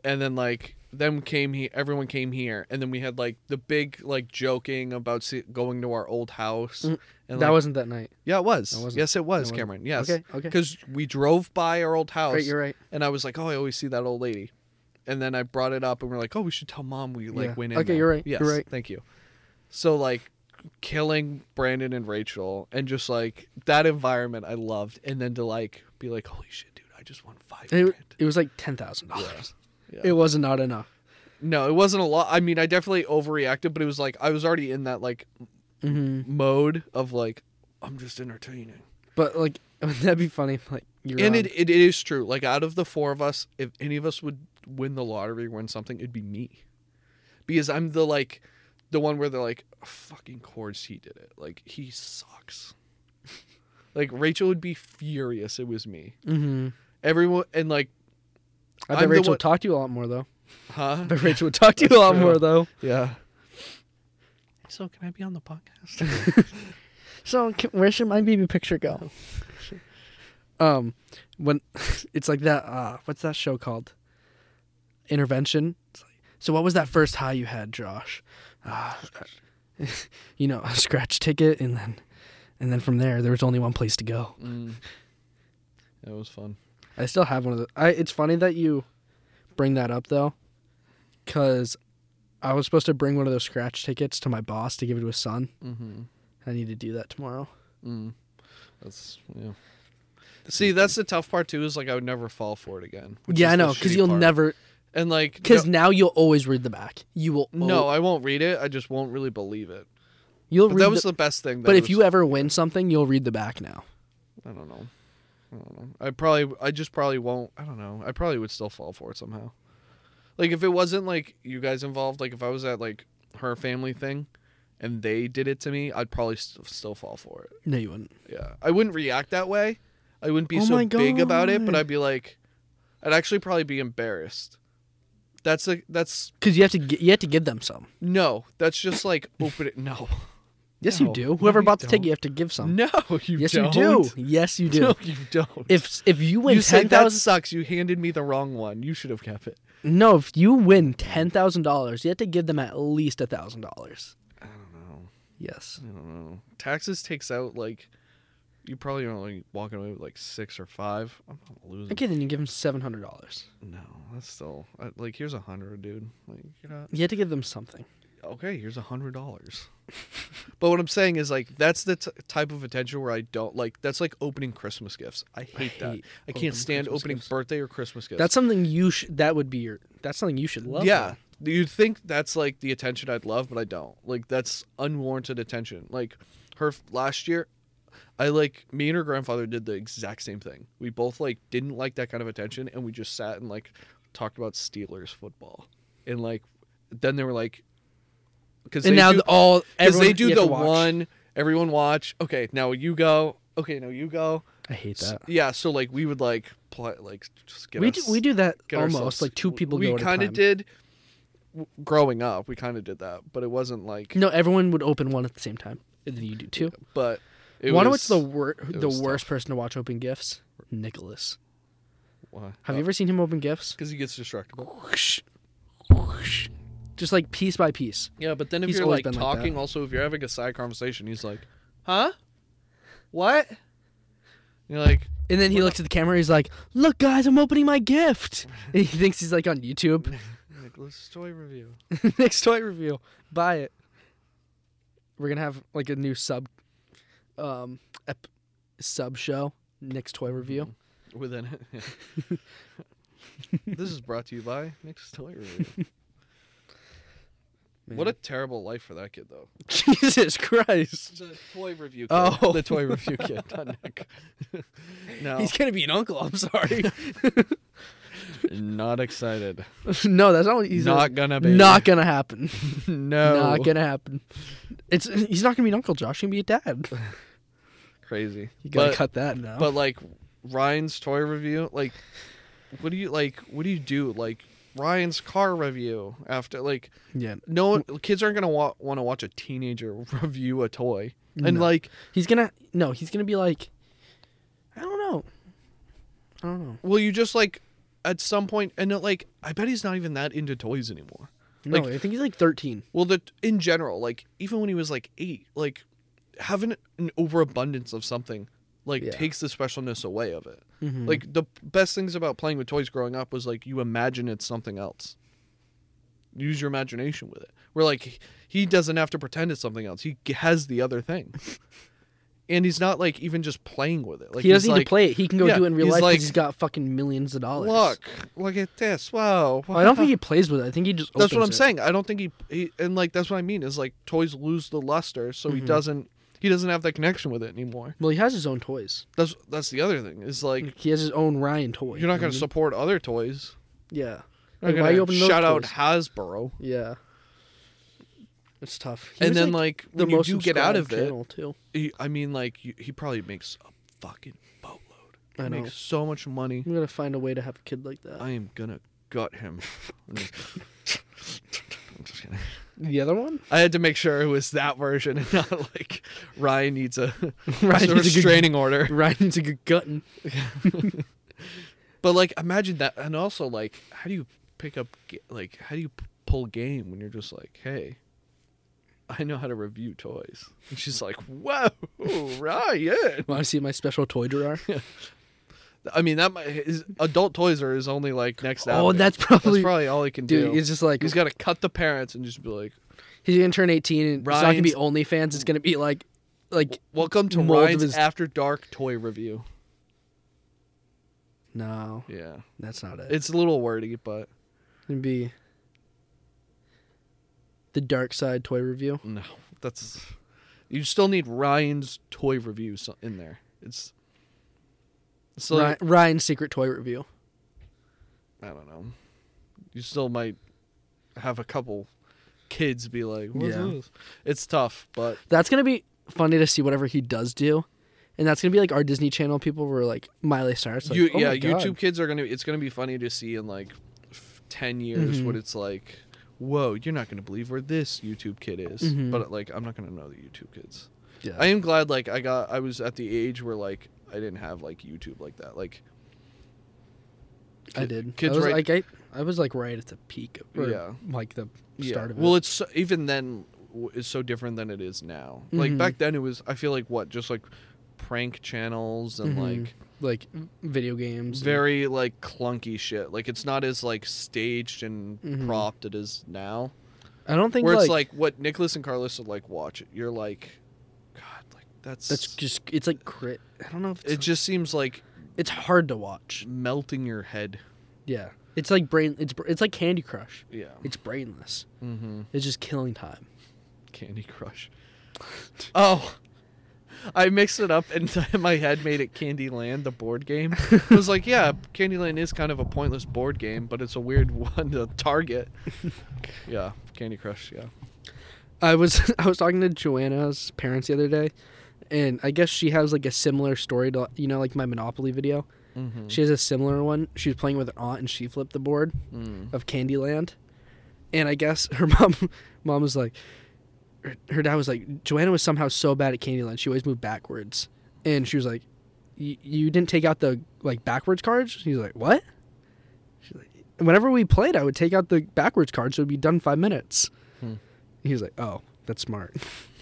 Speaker 1: and then like them came here. Everyone came here, and then we had like the big like joking about see- going to our old house.
Speaker 2: Mm,
Speaker 1: And
Speaker 2: that
Speaker 1: like-
Speaker 2: wasn't that night.
Speaker 1: yeah, it was.
Speaker 2: That wasn't-
Speaker 1: yes, it was,
Speaker 2: wasn't.
Speaker 1: Cameron. Yes,
Speaker 2: Okay. Okay.
Speaker 1: because we drove by our old house,
Speaker 2: Right. You're right.
Speaker 1: and I was like, oh, I always see that old lady. and then I brought it up, and we're like, "Oh, we should tell mom we like
Speaker 2: Yeah.
Speaker 1: went in."
Speaker 2: Okay,
Speaker 1: there."
Speaker 2: you're right,
Speaker 1: Yes,
Speaker 2: you're right.
Speaker 1: Thank you. So like, killing Brandon and Rachel, and just like that environment, I loved. And then to like be like, "Holy shit, dude! I just won five grand."
Speaker 2: And It, it was like ten thousand dollars.
Speaker 1: Yeah.
Speaker 2: It was not enough.
Speaker 1: No, it wasn't a lot. I mean, I definitely overreacted, but it was like I was already in that like
Speaker 2: Mm-hmm.
Speaker 1: mode of like I'm just entertaining.
Speaker 2: But like, <laughs> that'd be funny. If, like, you're
Speaker 1: and
Speaker 2: on-
Speaker 1: it, it is true. Like out of the four of us, if any of us would win the lottery, win something, it'd be me, because I'm the like, the one where they're like, fucking course he did it. Like he sucks. <laughs> like Rachel would be furious. It was me.
Speaker 2: Mhm.
Speaker 1: Everyone and like,
Speaker 2: I
Speaker 1: I'm
Speaker 2: bet
Speaker 1: the
Speaker 2: Rachel
Speaker 1: one-
Speaker 2: would talk to you a lot more though.
Speaker 1: huh? <laughs>
Speaker 2: I bet Rachel would talk to you a lot
Speaker 1: That's
Speaker 2: more
Speaker 1: true.
Speaker 2: though.
Speaker 1: yeah. So can I be on the podcast?
Speaker 2: So can, where should my baby picture go? <laughs> um, when <laughs> it's like that. Uh, what's that show called? Intervention. It's like, so what was that first high you had, Josh? Uh, <laughs> you know, a scratch ticket, and then, and then from there, there was only one place to go.
Speaker 1: <laughs> mm. That was fun.
Speaker 2: I still have one of the. I, it's funny that you bring that up though, because I was supposed to bring one of those scratch tickets to my boss to give it to his son.
Speaker 1: Mm-hmm.
Speaker 2: I need to do that tomorrow.
Speaker 1: Mm. That's yeah. See, that's the tough part too. Is like I would never fall for it again. which
Speaker 2: yeah,
Speaker 1: is
Speaker 2: I
Speaker 1: the
Speaker 2: know, because
Speaker 1: shitty
Speaker 2: you'll
Speaker 1: part.
Speaker 2: never.
Speaker 1: and like no,
Speaker 2: Because now you'll always read the back. You will.
Speaker 1: no,
Speaker 2: al-
Speaker 1: I won't read it. I just won't really believe it.
Speaker 2: you'll
Speaker 1: But
Speaker 2: read.
Speaker 1: that was
Speaker 2: the,
Speaker 1: the best thing. That
Speaker 2: but if
Speaker 1: was-
Speaker 2: you ever win something, you'll read the back now.
Speaker 1: I don't know. I don't know. I probably, I just probably won't. I don't know. I probably would still fall for it somehow. Like if it wasn't like you guys involved, like if I was at like her family thing, and they did it to me, I'd probably st- still fall for it.
Speaker 2: No, you wouldn't.
Speaker 1: Yeah, I wouldn't react that way. I wouldn't be
Speaker 2: Oh
Speaker 1: so
Speaker 2: my
Speaker 1: big about it, but
Speaker 2: God.
Speaker 1: I'd be like, I'd actually probably be embarrassed. That's a that's
Speaker 2: Because you have to. Get, you have to give them some.
Speaker 1: no. That's just like open it. No,
Speaker 2: Yes,
Speaker 1: No.
Speaker 2: you do.
Speaker 1: No,
Speaker 2: Whoever
Speaker 1: you
Speaker 2: bought the
Speaker 1: don't.
Speaker 2: ticket, you have to give some.
Speaker 1: no, you
Speaker 2: yes,
Speaker 1: don't.
Speaker 2: you do. Yes, you
Speaker 1: <laughs>
Speaker 2: do.
Speaker 1: No, you don't.
Speaker 2: If if you win
Speaker 1: you
Speaker 2: ten
Speaker 1: said that
Speaker 2: thousand
Speaker 1: sucks, you handed me the wrong one. You should have kept it.
Speaker 2: No, if you win ten thousand dollars, you have to give them at least a thousand dollars.
Speaker 1: I don't know.
Speaker 2: Yes.
Speaker 1: I don't know. Taxes takes out like you probably are only walking away with like six or five. I'm not losing.
Speaker 2: Okay, then you give them seven hundred dollars.
Speaker 1: No, that's still I, like here's a hundred, dude. Like you're not.
Speaker 2: You have to give them something.
Speaker 1: okay, here's a hundred dollars. <laughs> but what I'm saying is like that's the t- type of attention where I don't like. That's like opening Christmas gifts. I hate, that.
Speaker 2: hate
Speaker 1: I
Speaker 2: opening
Speaker 1: can't stand
Speaker 2: Christmas
Speaker 1: opening
Speaker 2: gifts.
Speaker 1: birthday or Christmas gifts.
Speaker 2: That's something you sh- that would be your. That's something you should love.
Speaker 1: yeah. You'd think that's like the attention I'd love, but I don't. Like that's unwarranted attention. Like her f- last year, I like me and her grandfather did the exact same thing. We both like didn't like that kind of attention, and we just sat and like talked about Steelers football, and like then they were like, because
Speaker 2: though. And now the- all
Speaker 1: because
Speaker 2: everyone-
Speaker 1: they
Speaker 2: you
Speaker 1: do
Speaker 2: have
Speaker 1: the
Speaker 2: to watch.
Speaker 1: one everyone watch. Okay, now you go. Okay, now you go.
Speaker 2: I hate
Speaker 1: S-
Speaker 2: that.
Speaker 1: yeah, so like we would like play like just get
Speaker 2: we do,
Speaker 1: us-
Speaker 2: we do that
Speaker 1: get ourselves-
Speaker 2: almost like two people
Speaker 1: We
Speaker 2: go at a
Speaker 1: kind
Speaker 2: time.
Speaker 1: of did w- growing up. We kind of did that, but it wasn't like.
Speaker 2: No, everyone would open one at the same time, and then you do two.
Speaker 1: But it
Speaker 2: Wanna know
Speaker 1: was,
Speaker 2: what's the wor- the
Speaker 1: was
Speaker 2: worst person to watch open gifts? Nicholas.
Speaker 1: Why?
Speaker 2: Have you ever seen him open gifts?
Speaker 1: Because uh, he gets distractible.
Speaker 2: Whoosh, whoosh. Just like piece by piece.
Speaker 1: Yeah, but then if
Speaker 2: He's
Speaker 1: you're
Speaker 2: always
Speaker 1: like
Speaker 2: been like
Speaker 1: talking,
Speaker 2: that.
Speaker 1: also if you're having a side conversation, he's like, "Huh? What?" You're like,
Speaker 2: And then he looks at the camera. He's like, "Look, guys, I'm opening my gift." <laughs> And he thinks he's like on YouTube. <laughs>
Speaker 1: Nicholas toy review.
Speaker 2: Next toy review, buy it. We're gonna have like a new sub, um, ep- sub show. Next toy review.
Speaker 1: within <laughs> it.
Speaker 2: <laughs>
Speaker 1: this is brought to you by Nick's Toy
Speaker 2: <laughs>
Speaker 1: Review. What a terrible life for that kid, though.
Speaker 2: <laughs> Jesus Christ!
Speaker 1: The toy review. Kid.
Speaker 2: Oh.
Speaker 1: the toy review kid, <laughs> not Nick. no,
Speaker 2: He's gonna be an uncle. I'm sorry.
Speaker 1: not excited.
Speaker 2: <laughs> no, that's not. What he's
Speaker 1: not gonna be.
Speaker 2: Not gonna happen.
Speaker 1: <laughs> no.
Speaker 2: <laughs> Not gonna happen. It's he's not gonna be an uncle. Josh He's gonna be a dad.
Speaker 1: Crazy.
Speaker 2: You gotta
Speaker 1: but,
Speaker 2: cut that now.
Speaker 1: but like Ryan's toy review, like, what do you like? What do you do? Like Ryan's car review after like
Speaker 2: yeah,
Speaker 1: no one, kids aren't gonna wa- want to watch a teenager <laughs> review a toy and
Speaker 2: No.
Speaker 1: like
Speaker 2: he's gonna. No, he's gonna be like, I don't know. I don't know.
Speaker 1: Well, you just like at some point, and it, like I bet he's not even that into toys anymore.
Speaker 2: No,
Speaker 1: Like-
Speaker 2: I think he's like 13.
Speaker 1: Well, the in general, like even when he was like eight, like having an overabundance of something like
Speaker 2: Yeah.
Speaker 1: takes the specialness away of it.
Speaker 2: Mhm.
Speaker 1: Mm-hmm. Like the best things about playing with toys growing up was like you imagine it's something else. Use your imagination with it. Where like he doesn't have to pretend it's something else. He g- has the other
Speaker 2: <laughs>
Speaker 1: thing. And he's not like even just playing with it. Like
Speaker 2: he
Speaker 1: he's
Speaker 2: doesn't need
Speaker 1: like,
Speaker 2: to play it. He can go
Speaker 1: yeah,
Speaker 2: do it in real
Speaker 1: he's
Speaker 2: life because
Speaker 1: like,
Speaker 2: he's got fucking millions of dollars.
Speaker 1: Look, look at this. Wow.
Speaker 2: Well, I don't think he plays with it. I think he just.
Speaker 1: that's what I'm
Speaker 2: opens it.
Speaker 1: saying. I don't think he, he and like that's what I mean is like toys lose the luster, so he
Speaker 2: Mhm.
Speaker 1: doesn't he doesn't have that connection with it anymore.
Speaker 2: Well, he has his own toys.
Speaker 1: That's that's the other thing is like
Speaker 2: Like, he has his own Ryan toy.
Speaker 1: you're not going
Speaker 2: to
Speaker 1: to support other toys.
Speaker 2: Yeah.
Speaker 1: You're
Speaker 2: Mm-hmm. Like,
Speaker 1: not
Speaker 2: why
Speaker 1: gonna
Speaker 2: you open those
Speaker 1: shout out
Speaker 2: toys?
Speaker 1: Hasbro,
Speaker 2: Yeah. It's tough. He
Speaker 1: and
Speaker 2: was,
Speaker 1: then like,
Speaker 2: the
Speaker 1: when you
Speaker 2: most
Speaker 1: do get out of
Speaker 2: subscribed
Speaker 1: it,
Speaker 2: channel, too.
Speaker 1: he, I mean like you, he probably makes a fucking boatload. He
Speaker 2: I know.
Speaker 1: makes so much money.
Speaker 2: I'm gonna find a way to have a kid like that.
Speaker 1: I am gonna gut him. I'm just-
Speaker 2: <laughs>
Speaker 1: I'm just kidding.
Speaker 2: the other one?
Speaker 1: I had to make sure it was that version and not like Ryan needs a,
Speaker 2: <laughs> <laughs> Ryan
Speaker 1: a
Speaker 2: needs a good-
Speaker 1: restraining
Speaker 2: <laughs>
Speaker 1: order.
Speaker 2: Ryan needs a good gutting.
Speaker 1: But like, imagine that, and also like, how do you pick up ga- like how do you p- pull game when you're just like, hey, I know how to review toys, <laughs> and she's like, whoa, Ryan.
Speaker 2: Want to see my special
Speaker 1: <laughs>
Speaker 2: toy drawer?
Speaker 1: I mean, that might, his adult toys are his only like next.
Speaker 2: oh,
Speaker 1: avenue.
Speaker 2: that's probably.
Speaker 1: that's probably all he can
Speaker 2: Dude,
Speaker 1: do.
Speaker 2: it's just like
Speaker 1: He's got to cut the parents and just be like,
Speaker 2: he's gonna turn 18 and it's not gonna be
Speaker 1: Ryan's-
Speaker 2: OnlyFans. It's gonna be like, like
Speaker 1: "Welcome to
Speaker 2: Mold of
Speaker 1: Ryan's
Speaker 2: his-
Speaker 1: After Dark toy review."
Speaker 2: no,
Speaker 1: Yeah,
Speaker 2: that's not it.
Speaker 1: it's a little wordy, but
Speaker 2: It'd be the Dark Side toy review.
Speaker 1: no, that's you still need Ryan's toy review so- in there. It's so
Speaker 2: Ryan, Ryan's secret toy review.
Speaker 1: I don't know. You still might have a couple kids be like, "What's
Speaker 2: Yeah.
Speaker 1: this?" It's tough, but
Speaker 2: That's gonna be funny to see whatever he does do, and that's gonna be like our Disney Channel people were like Miley Cyrus. Like,
Speaker 1: you,
Speaker 2: oh
Speaker 1: yeah,
Speaker 2: my God.
Speaker 1: YouTube kids are gonna. It's gonna be funny to see in like f- ten years
Speaker 2: Mhm.
Speaker 1: what it's like. Whoa, you're not gonna believe where this YouTube kid is.
Speaker 2: Mhm.
Speaker 1: But like, I'm not gonna know the YouTube kids.
Speaker 2: Yeah.
Speaker 1: I am glad like I got. I was at the age where like I didn't have like YouTube like that. Like
Speaker 2: I did.
Speaker 1: kids
Speaker 2: I was
Speaker 1: right-
Speaker 2: like I, I was like right at the peak of or,
Speaker 1: Yeah.
Speaker 2: like the start of it.
Speaker 1: Well, it's so, even then w- is so different than it is now. Like
Speaker 2: Mhm.
Speaker 1: back then, it was I feel like what just like prank channels and
Speaker 2: Mhm.
Speaker 1: like
Speaker 2: like video games. and-
Speaker 1: very like clunky shit. Like it's not as like staged and
Speaker 2: Mhm.
Speaker 1: propped it is now.
Speaker 2: I don't think
Speaker 1: Where
Speaker 2: like,
Speaker 1: it's like what Nicholas and Carlos would like watch. You're like, God, like that's
Speaker 2: that's just it's like crit. I don't know if it's
Speaker 1: it. Just seems like
Speaker 2: it's hard to watch.
Speaker 1: melting your head.
Speaker 2: Yeah. It's like brain. It's br- it's like Candy Crush.
Speaker 1: Yeah.
Speaker 2: It's brainless.
Speaker 1: Mm-hmm.
Speaker 2: It's just killing time. <laughs>
Speaker 1: Candy Crush. oh, I mixed it up and <laughs> my head made it Candy Land, the board game. It was like, yeah, Candy Land is kind of a pointless board game, but it's a weird <laughs> one to target. Yeah, Candy Crush. Yeah.
Speaker 2: I was <laughs> I was talking to Joanna's parents the other day, and I guess she has like a similar story to you know like my Monopoly video.
Speaker 1: Mm-hmm.
Speaker 2: She has a similar one. She was playing with her aunt and she flipped the board
Speaker 1: Mm-hmm.
Speaker 2: of Candyland, and I guess <laughs> her mom mom was like, her, her dad was like Joanna was somehow so bad at Candyland she always moved backwards, and she was like, "Y- you didn't take out the like backwards cards. He's like, what? She's like, whenever we played, I would take out the backwards cards. So it'd be done in five minutes.
Speaker 1: Hmm.
Speaker 2: He was like, oh, that's smart.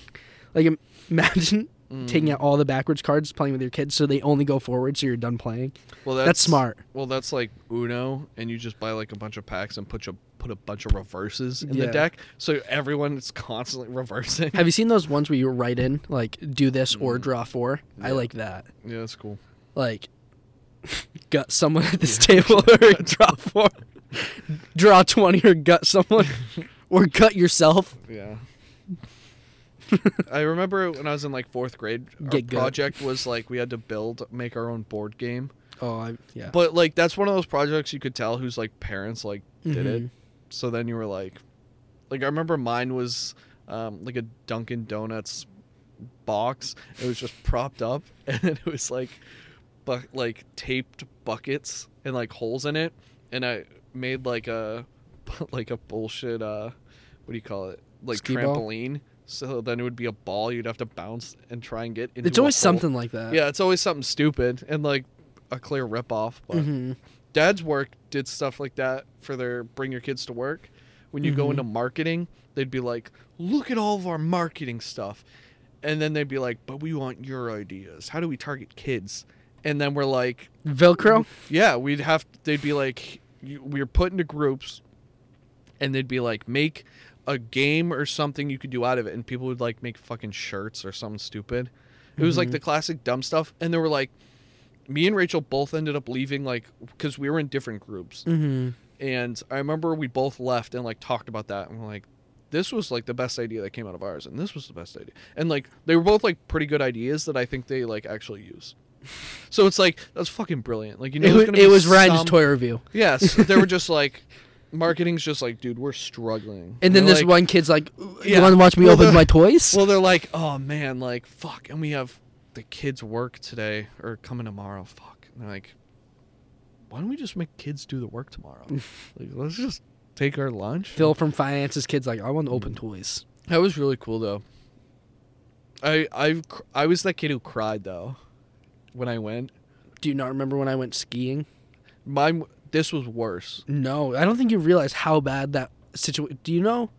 Speaker 2: <laughs> like im- imagine.
Speaker 1: Hmm.
Speaker 2: Taking out all the backwards cards, playing with your kids, so they only go forward, so you're done playing.
Speaker 1: Well,
Speaker 2: That's, smart.
Speaker 1: Well, that's like Uno, and you just buy like a bunch of packs and put your put a bunch of reverses in
Speaker 2: Yeah.
Speaker 1: the deck, so everyone is constantly <laughs> reversing.
Speaker 2: Have you seen those ones where you write in like do this or draw four? I
Speaker 1: Mm-hmm. Yeah.
Speaker 2: like that.
Speaker 1: yeah, that's cool.
Speaker 2: Like <laughs> gut someone at
Speaker 1: <laughs>
Speaker 2: this table or draw four. draw twenty or
Speaker 1: <laughs>
Speaker 2: gut someone. or gut yourself.
Speaker 1: Yeah. I remember when I was in like fourth grade, our
Speaker 2: Get good.
Speaker 1: project was like we had to build, make our own board game.
Speaker 2: Oh I, yeah.
Speaker 1: But like that's one of those projects you could tell whose like parents like did it.
Speaker 2: Mhm.
Speaker 1: So then you were like, like I remember mine was um, like a Dunkin' Donuts box. It was just propped up, <laughs> and then it was like, bu- like taped buckets and like holes in it. And I made like a, <laughs> like a bullshit uh, what do you call it? Like
Speaker 2: Skee ball?
Speaker 1: trampoline. So then it would be a ball you'd have to bounce and try and get into.
Speaker 2: it's
Speaker 1: a
Speaker 2: always
Speaker 1: hole.
Speaker 2: something like that.
Speaker 1: Yeah, it's always something stupid and like a clear ripoff. But
Speaker 2: Mhm.
Speaker 1: dad's work did stuff like that for their bring your kids to work. When you go
Speaker 2: Mhm.
Speaker 1: into marketing, they'd be like, look at all of our marketing stuff. and then they'd be like, "But we want your ideas. How do we target kids?" And then we're like,
Speaker 2: Velcro.
Speaker 1: yeah, we'd have. They'd be like, you- we were put into groups, and they'd be like, make a game or something you could do out of it, and people would like make fucking shirts or something stupid. It was like the classic dumb stuff, and they were like, me and Rachel both ended up leaving like because we were in different groups,
Speaker 2: Mm-hmm.
Speaker 1: and I remember we both left and like talked about that, and we're like. This was like the best idea that came out of ours, and this was the best idea. And like they were both like pretty good ideas that I think they like actually
Speaker 2: <laughs>
Speaker 1: use. So it's like that's fucking brilliant. Like you know,
Speaker 2: Mm-hmm.
Speaker 1: there's
Speaker 2: It, was,
Speaker 1: gonna
Speaker 2: it
Speaker 1: be
Speaker 2: was Ryan's
Speaker 1: some-
Speaker 2: toy review,
Speaker 1: Yes, they were just like, marketing's just like, dude, we're struggling.
Speaker 2: and then
Speaker 1: They're
Speaker 2: this
Speaker 1: like-
Speaker 2: one kid's like, "You
Speaker 1: Yeah.
Speaker 2: want to watch me
Speaker 1: Well,
Speaker 2: open
Speaker 1: the-
Speaker 2: my toys?"
Speaker 1: <laughs> Well, they're like, oh man, like fuck, and we have the kids work today or coming tomorrow. Fuck, and they're like, why don't we just make kids do the work
Speaker 2: <laughs>
Speaker 1: tomorrow? like, let's just take our lunch.
Speaker 2: Phil from finances, kids like, "I want to open toys."
Speaker 1: That was really cool though. I I cr- I was that kid who cried though, when I went.
Speaker 2: Do you not remember when I went skiing?
Speaker 1: Mine. w- This was worse.
Speaker 2: No, I don't think you realize how bad that situation. Do you know?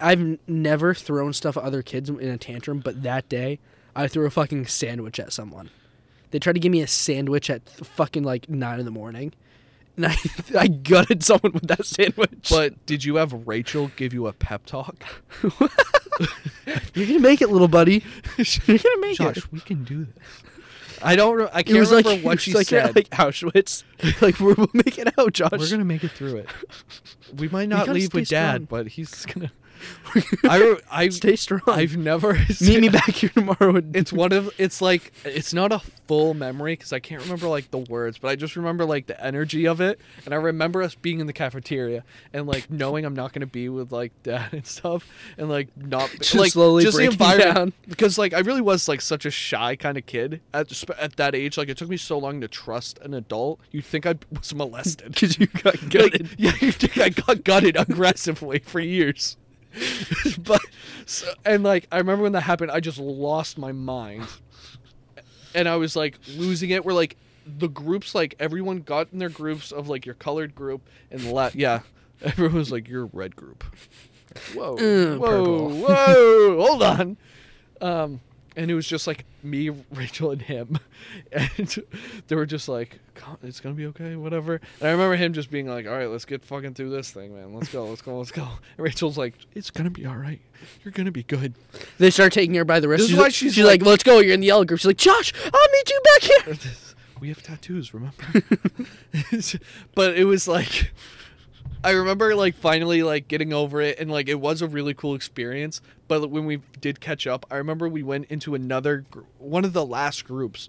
Speaker 2: I've n- never thrown stuff at other kids in a tantrum, but that day, I threw a fucking sandwich at someone. They tried to give me a sandwich at th- fucking like nine in the morning, and I <laughs> I gutted someone with that sandwich.
Speaker 1: But did you have Rachel give you a pep talk?
Speaker 2: <laughs> you're gonna make it, little buddy.
Speaker 1: <laughs>
Speaker 2: You're gonna <laughs> make it.
Speaker 1: Josh, we can do this. I don't. Re- I
Speaker 2: It
Speaker 1: can't
Speaker 2: was like
Speaker 1: remember what
Speaker 2: <laughs> it
Speaker 1: she
Speaker 2: was like, you're at,
Speaker 1: said.
Speaker 2: like Auschwitz. <laughs> like we're, we'll make it out, Josh. <laughs>
Speaker 1: We're gonna make it through it. We might not
Speaker 2: gotta
Speaker 1: leave with
Speaker 2: stay
Speaker 1: Dad,
Speaker 2: strong.
Speaker 1: but he's
Speaker 2: <laughs>
Speaker 1: gonna. I re- I
Speaker 2: stay strong.
Speaker 1: I've never. <laughs>
Speaker 2: Meet me back here tomorrow. and-
Speaker 1: It's one of. It's like it's not a full memory because I can't remember like the words, but I just remember like the energy of it, and I remember us being in the cafeteria and like knowing I'm not gonna be with like Dad and stuff, and like not
Speaker 2: Just
Speaker 1: like
Speaker 2: slowly
Speaker 1: just the
Speaker 2: breaking
Speaker 1: environment
Speaker 2: down.
Speaker 1: because like I really was like such a shy kind of kid at sp- at that age. Like it took me so long to trust an adult. You'd think I was
Speaker 2: <laughs>
Speaker 1: molested.
Speaker 2: because you got
Speaker 1: Like,
Speaker 2: gutted.
Speaker 1: yeah, you think I got gutted <laughs> aggressively for years. <laughs> but so, and like I remember when that happened, I just lost my mind, and I was like losing it. We're like the groups, like everyone got in their groups of like your colored group and left. Yeah, <laughs> everyone was like your red group. Whoa,
Speaker 2: Mm,
Speaker 1: whoa,
Speaker 2: purple.
Speaker 1: whoa! Hold on. Um, and it was just like me, <laughs> Rachel, and him, <laughs> and they were just like, "Come- "It's gonna be okay, whatever." And I remember him just being like, "All right, let's get fucking through this thing, man. Let's go, let's go, let's go." And Rachel's like, "It's gonna be all right. You're gonna be good." <laughs>
Speaker 2: They start taking her by the wrist.
Speaker 1: This is
Speaker 2: she's
Speaker 1: why
Speaker 2: like,
Speaker 1: she's
Speaker 2: she's like, "Let's go." You're in the yellow group. She's like, "Josh, I'll meet you back here."
Speaker 1: we have tattoos, remember? <laughs> but it was like I remember like finally like getting over it and like it was a really cool experience, but when we did catch up, I remember we went into another gr- one of the last groups.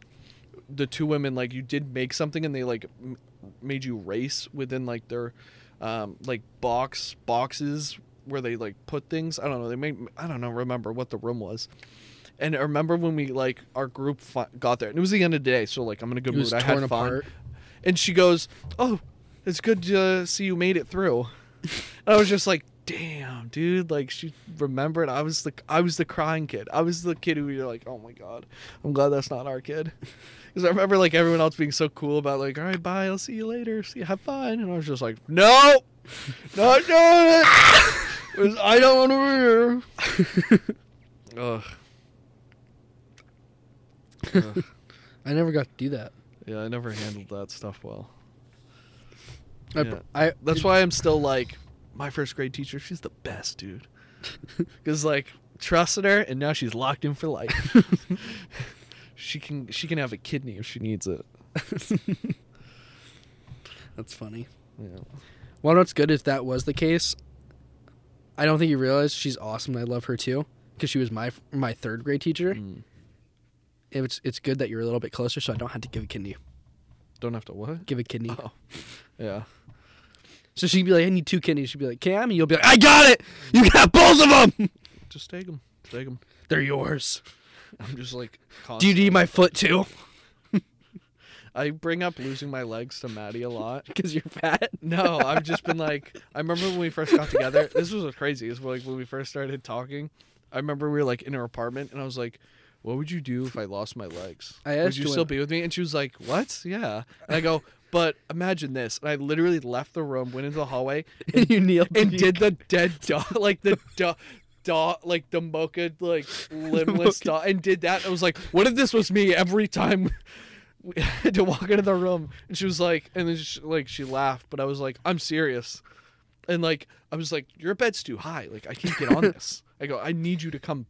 Speaker 1: The two women like you did make something and they like m- made you race within like their um like box boxes where they like put things. I don't know. They made I don't know remember what the room was. And I remember when we like our group fi- got there, and it was the end of the day. So like I'm in a good
Speaker 2: It was
Speaker 1: mood. I had
Speaker 2: torn
Speaker 1: fun.
Speaker 2: apart.
Speaker 1: And she goes, "Oh, it's good to see you made it through." and I was just like, "Damn, dude! Like she remembered. I was the I was the crying kid. I was the kid who you're like, oh my god, I'm glad that's not our kid." Because I remember like everyone else being so cool about like, "All right, bye. I'll see you later. See, have fun." And I was just like, "No, not doing it.
Speaker 2: <laughs>
Speaker 1: It was- I don't want to be here." Ugh. Ugh.
Speaker 2: <laughs> I never got to do that.
Speaker 1: Yeah, I never handled that stuff well.
Speaker 2: I,
Speaker 1: Yeah.
Speaker 2: I
Speaker 1: That's why I'm still like my first grade teacher. She's the best, dude. Because like trusted her, and now she's locked in for
Speaker 2: <laughs>
Speaker 1: life. she can she can have a kidney if she needs it.
Speaker 2: That's funny.
Speaker 1: Yeah.
Speaker 2: Well, what's good if that was the case? I don't think you realize she's awesome. and I love her too because she was my my third grade teacher.
Speaker 1: Mm.
Speaker 2: It's it's good that you're a little bit closer, so I don't have to give a kidney.
Speaker 1: Don't have to what?
Speaker 2: Give a kidney.
Speaker 1: Oh, yeah.
Speaker 2: So she'd be like, "I need two kidneys." She'd be like, "Cam," and you'll be like, "I got it. You got both of them.
Speaker 1: Just take them. Take them.
Speaker 2: <laughs> They're yours."
Speaker 1: I'm just like.
Speaker 2: Do you
Speaker 1: Constantly.
Speaker 2: need my foot too? <laughs>
Speaker 1: I bring up losing my legs to Maddie a lot.
Speaker 2: Because you're fat. <laughs>
Speaker 1: No, I've just been like, I remember when we first got together. This was what's crazy. Is like when we first started talking. I remember we were like in her apartment, and I was like, "What would you do if I lost my legs?
Speaker 2: I
Speaker 1: would
Speaker 2: asked
Speaker 1: you
Speaker 2: you
Speaker 1: still
Speaker 2: when-
Speaker 1: be with me?" And she was like, "What? Yeah." And I go, "But imagine this." And I <laughs> literally left the room, went into the hallway,
Speaker 2: <laughs> and you kneel
Speaker 1: <laughs> and did the dead dog, like the dog. dog, like the mocha, like limbless dog, and did that. I was like, what if this was me every time <laughs> we had to walk into the room? And she was like, and then she, like she laughed, but I was like, I'm serious. And like I was like, your bed's too high. Like I can't get on this. I go, I need you to come